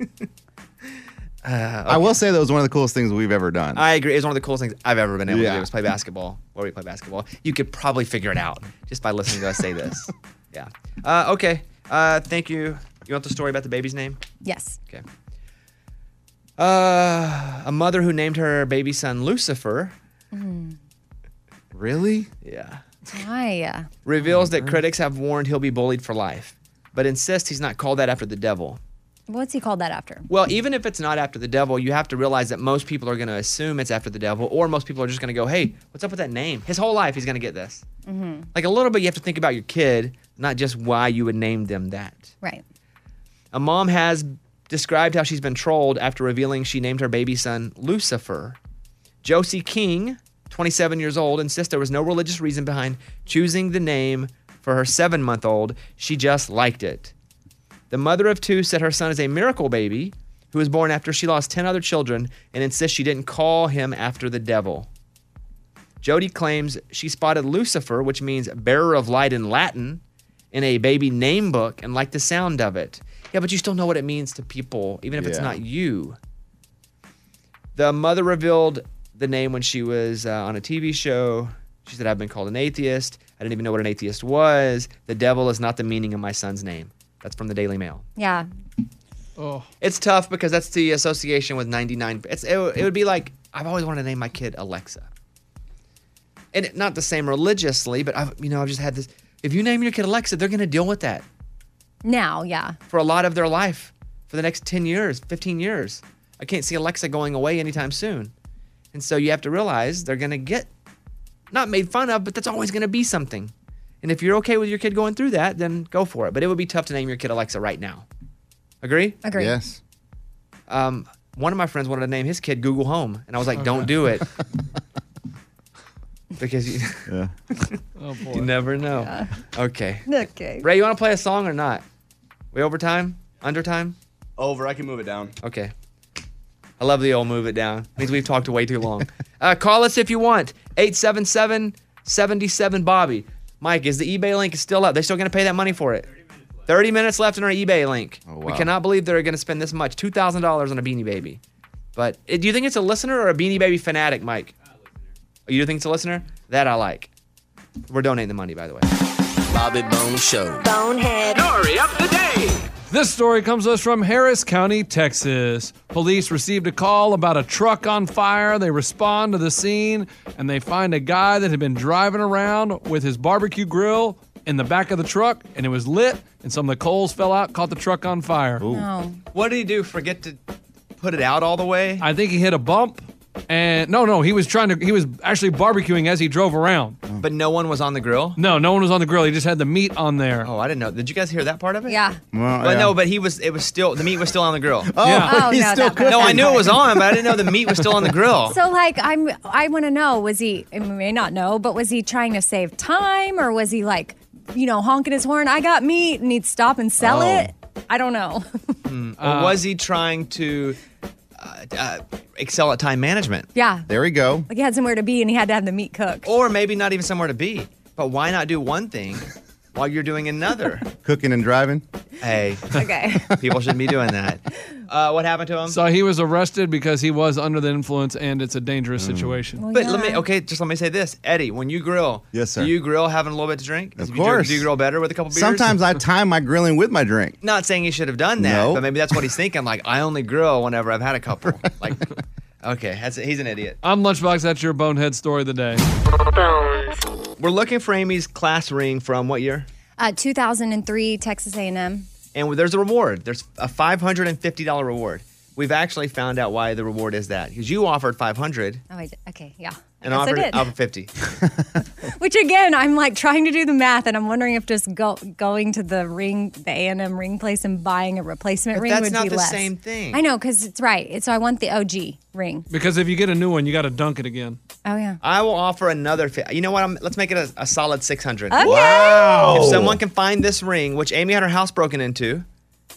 Speaker 4: I will say that was one of the coolest things we've ever done.
Speaker 1: I agree. It's one of the coolest things I've ever been able to
Speaker 4: Yeah.
Speaker 1: do is play basketball where we play basketball. You could probably figure it out just by listening to us say this. Yeah. Uh, okay. Uh, thank you. You want the story about the baby's name?
Speaker 5: Yes.
Speaker 1: Okay. Uh, a mother who named her baby son Lucifer.
Speaker 5: Mm.
Speaker 1: Really? Yeah.
Speaker 5: Why? Uh,
Speaker 1: Reveals that critics have warned he'll be bullied for life, but insists he's not called that after the devil.
Speaker 5: What's he called that after?
Speaker 1: Well, even if it's not after the devil, you have to realize that most people are going to assume it's after the devil, or most people are just going to go, hey, what's up with that name? His whole life, he's going to get this.
Speaker 5: Mm-hmm.
Speaker 1: Like a little bit, you have to think about your kid, not just why you would name them that.
Speaker 5: Right.
Speaker 1: A mom has described how she's been trolled after revealing she named her baby son Lucifer. Josie King, 27 years old, insists there was no religious reason behind choosing the name for her seven month old. She just liked it. The mother of two said her son is a miracle baby who was born after she lost 10 other children and insists she didn't call him after the devil. Jody claims she spotted Lucifer, which means bearer of light in Latin, in a baby name book and liked the sound of it. Yeah, but you still know what it means to people, even if it's
Speaker 12: Yeah.
Speaker 1: not you. The mother revealed the name when she was uh, on a TV show. She said, I've been called an atheist. I didn't even know what an atheist was. The devil is not the meaning of my son's name. That's from the Daily Mail.
Speaker 5: Yeah.
Speaker 2: Oh.
Speaker 1: It's tough because that's the association with 99. It's it, it would be like I've always wanted to name my kid Alexa. And it- not the same religiously, but I've you know I've just had this. If you name your kid Alexa, they're going to deal with that
Speaker 5: Now, yeah.
Speaker 1: for a lot of their life, for the next 10 years, 15 years. I can't see Alexa going away anytime soon. And so you have to realize they're going to get not made fun of, but that's always going to be something. And if you're okay with your kid going through that, then go for it. But it would be tough to name your kid Alexa right now. Agree?
Speaker 5: Agree.
Speaker 4: Yes.
Speaker 1: Um, one of my friends wanted to name his kid Google Home, and I was like, "Don't
Speaker 2: Okay.
Speaker 1: do it," because you,
Speaker 2: Oh boy.
Speaker 1: you never know. Okay,
Speaker 5: Okay.
Speaker 1: Ray, you want to play a song or not? We over time? Under time?
Speaker 9: Over. I can move it down.
Speaker 1: Okay. I love the old move it down. means we've talked way too long. Uh, call us if you want. 877 77 Bobby. Mike, is the eBay link still up? They're still going to pay that money for it. 30 minutes left in our eBay link. We
Speaker 4: wow.
Speaker 1: cannot believe they're going to spend this much $2,000 on a Beanie Baby. But uh, do you think it's a listener or a Beanie Baby fanatic, Mike? Oh, you think it's a listener? That I like. We're donating the money, by the way. Bobby Bone Show.
Speaker 17: Bonehead. Story of the day.
Speaker 2: This story comes to us from Harris County, Texas. Police received a call about a truck on fire. They respond to the scene and they find a guy that had been driving around with his barbecue grill in the back of the truck and it was lit and some of the coals fell out, caught the truck on fire.
Speaker 5: No.
Speaker 1: What did he do? Forget to put it out all the way?
Speaker 2: I think he hit a bump and no, no, he was trying to he was actually barbecuing as he drove around.
Speaker 1: But no one was on the grill?
Speaker 2: No, no one was on the grill. He just had the meat on there.
Speaker 1: Oh, I didn't know. Did you guys hear that part of it?
Speaker 5: Yeah.
Speaker 1: Well, no, but he was. It was still the meat was still on the grill.
Speaker 2: Oh, Yeah.
Speaker 5: Oh, he's no, still that part-
Speaker 1: No, I knew it was on, but I didn't know the meat was still on the grill.
Speaker 5: So, like, I'm. I want to know. Was he? And we may not know, but was he trying to save time, or was he like, you know, honking his horn? I got meat, and he'd stop and sell
Speaker 1: Oh.
Speaker 5: it. I don't know.
Speaker 1: Hmm. Or was he trying to uh, uh, excel at time management?
Speaker 5: yeah.
Speaker 1: There we go.
Speaker 5: Like he had somewhere to be, and he had to have the meat cooked.
Speaker 1: Or maybe not even somewhere to be. But why not do one thing while you're doing another?
Speaker 4: Cooking and driving.
Speaker 1: Hey.
Speaker 5: Okay.
Speaker 1: People shouldn't be doing that. Uh, what happened to him?
Speaker 2: So he was arrested because he was under the influence and it's a dangerous situation.
Speaker 1: Mm. But let me okay, just let me say this, Eddie. When you grill,
Speaker 4: Yes, sir.
Speaker 1: Do you grill having a little bit to drink? Of
Speaker 4: course.
Speaker 1: do you grill better with a couple beers?
Speaker 4: Sometimes I time my grilling with my drink.
Speaker 1: Not saying he should have done that,
Speaker 4: No.
Speaker 1: but maybe that's what he's thinking. Like, I only grill whenever I've had a couple. Like, okay, that's, he's an idiot.
Speaker 2: I'm Lunchbox. That's your bonehead story of the day.
Speaker 1: We're looking for Amy's class ring from what year?
Speaker 5: Uh, 2003, Texas A&M.
Speaker 1: And there's a reward. There's a $550 reward. We've actually found out why the reward is that because you offered 500
Speaker 5: Oh, I did. okay, yeah. I
Speaker 1: and
Speaker 5: guess I
Speaker 1: offered,
Speaker 5: did.
Speaker 1: offered 50.
Speaker 5: Which again, I'm like trying to do the math, and I'm wondering if just go, going to the ring, the A and M ring place, and buying a replacement
Speaker 1: But
Speaker 5: ring
Speaker 1: that's
Speaker 5: would
Speaker 1: not
Speaker 5: be
Speaker 1: the
Speaker 5: less.
Speaker 1: same thing.
Speaker 5: I know, because it's right. So I want the OG ring.
Speaker 2: Because if you get a new one, you got to dunk it again.
Speaker 5: Oh yeah.
Speaker 1: I will offer another. Fi- you know what? I'm, let's make it a, a solid 600.
Speaker 5: Okay.
Speaker 2: Wow.
Speaker 1: If someone can find this ring, which Amy had her house broken into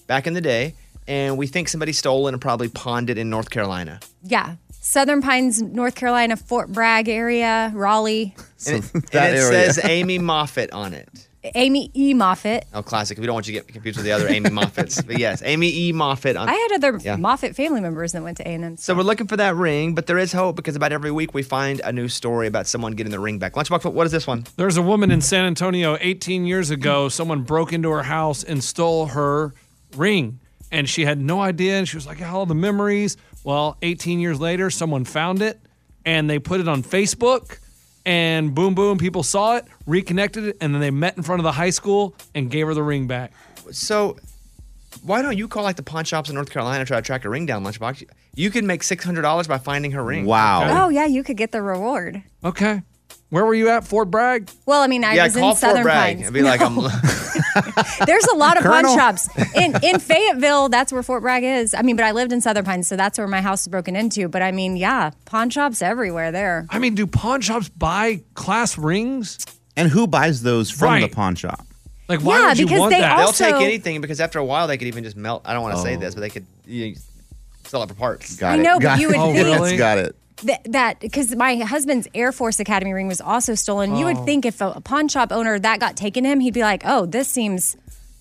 Speaker 1: back in the day, and we think somebody stole it and probably pawned it in North Carolina.
Speaker 5: Yeah. Southern Pines, North Carolina, Fort Bragg area, Raleigh.
Speaker 1: And it,
Speaker 4: that
Speaker 1: and it
Speaker 4: area.
Speaker 1: says Amy Moffat on it.
Speaker 5: Amy E. Moffat.
Speaker 1: Oh, classic. We don't want you to get confused with the other Amy Moffats. But yes, Amy E. Moffat on
Speaker 5: I had other
Speaker 1: Yeah.
Speaker 5: Moffat family members that went to A and M.
Speaker 1: So we're looking for that ring, but there is hope because about every week we find a new story about someone getting the ring back. Lunchbox, what- what is this one?
Speaker 2: There's a woman in San Antonio 18 years ago. Someone broke into her house and stole her ring. And she had no idea. And she was like, all the memories. Well, 18 years later, someone found it and they put it on Facebook. And boom, boom, people saw it, reconnected it. And then they met in front of the high school and gave her the ring back.
Speaker 1: So why don't you call like the pawn shops in North Carolina and try to track a ring down, Lunchbox? You can make $600 by finding her ring.
Speaker 5: Oh yeah, you could get the reward.
Speaker 2: Okay. Where were you at? Fort Bragg?
Speaker 5: Well, I mean, I
Speaker 1: yeah,
Speaker 5: was
Speaker 1: call
Speaker 5: in Southern
Speaker 1: Fort Bragg
Speaker 5: Pines.
Speaker 1: and be like, um, I'm,
Speaker 5: There's a lot of
Speaker 1: Colonel.
Speaker 5: pawn shops in in Fayetteville. That's where Fort Bragg is. I mean, but I lived in Southern Pines, so that's where my house was broken into. But I mean, yeah, pawn shops everywhere there.
Speaker 2: I mean, do pawn shops buy class rings?
Speaker 4: And who buys those from
Speaker 2: Right.
Speaker 4: the pawn shop?
Speaker 2: Like,
Speaker 5: why Yeah, would you because want they that? also-
Speaker 1: They'll take anything because after a while they could even just melt. I don't want to say this, but they could you know, sell it for parts.
Speaker 5: Oh. Got I it. know, but Got you it. would Oh, think- really?
Speaker 4: Got it.
Speaker 5: Th- that because my husband's Air Force Academy ring was also stolen. You
Speaker 1: Oh.
Speaker 5: would think if a, a pawn shop owner that got taken him, he'd be like, "Oh, this seems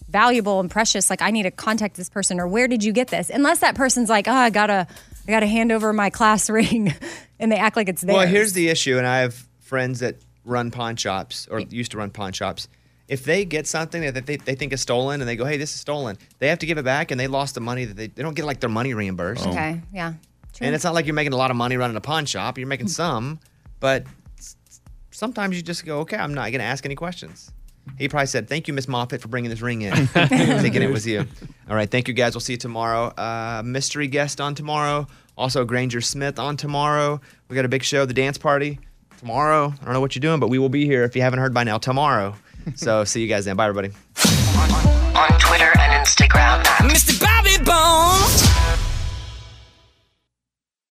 Speaker 5: valuable and precious. Like I need to contact this person, or where did you get this?" Unless that person's like, "Oh, I gotta, I gotta hand over my class ring," and they act like it's theirs.
Speaker 1: Well, here's the issue, and I have friends that run pawn shops or used to run pawn shops. If they get something that they, they think is stolen and they go, hey, this is stolen, they have to give it back and they lost the money that they, they don't get like their money reimbursed.
Speaker 5: okay, yeah.
Speaker 1: And it's not like you're making a lot of money running a pawn shop. You're making some, but s- sometimes you just go, okay, I'm not going to ask any questions. He probably said, thank you, Miss Moffat, for bringing this ring in, thinking it was you. All right, thank you guys. We'll see you tomorrow. Uh, mystery guest on tomorrow. Also, Granger Smith on tomorrow. We got a big show, the dance party tomorrow. I don't know what you're doing, but we will be here if you haven't heard by now tomorrow. so see you guys then. Bye, everybody.
Speaker 11: On Twitter and Instagram. Mr. Bob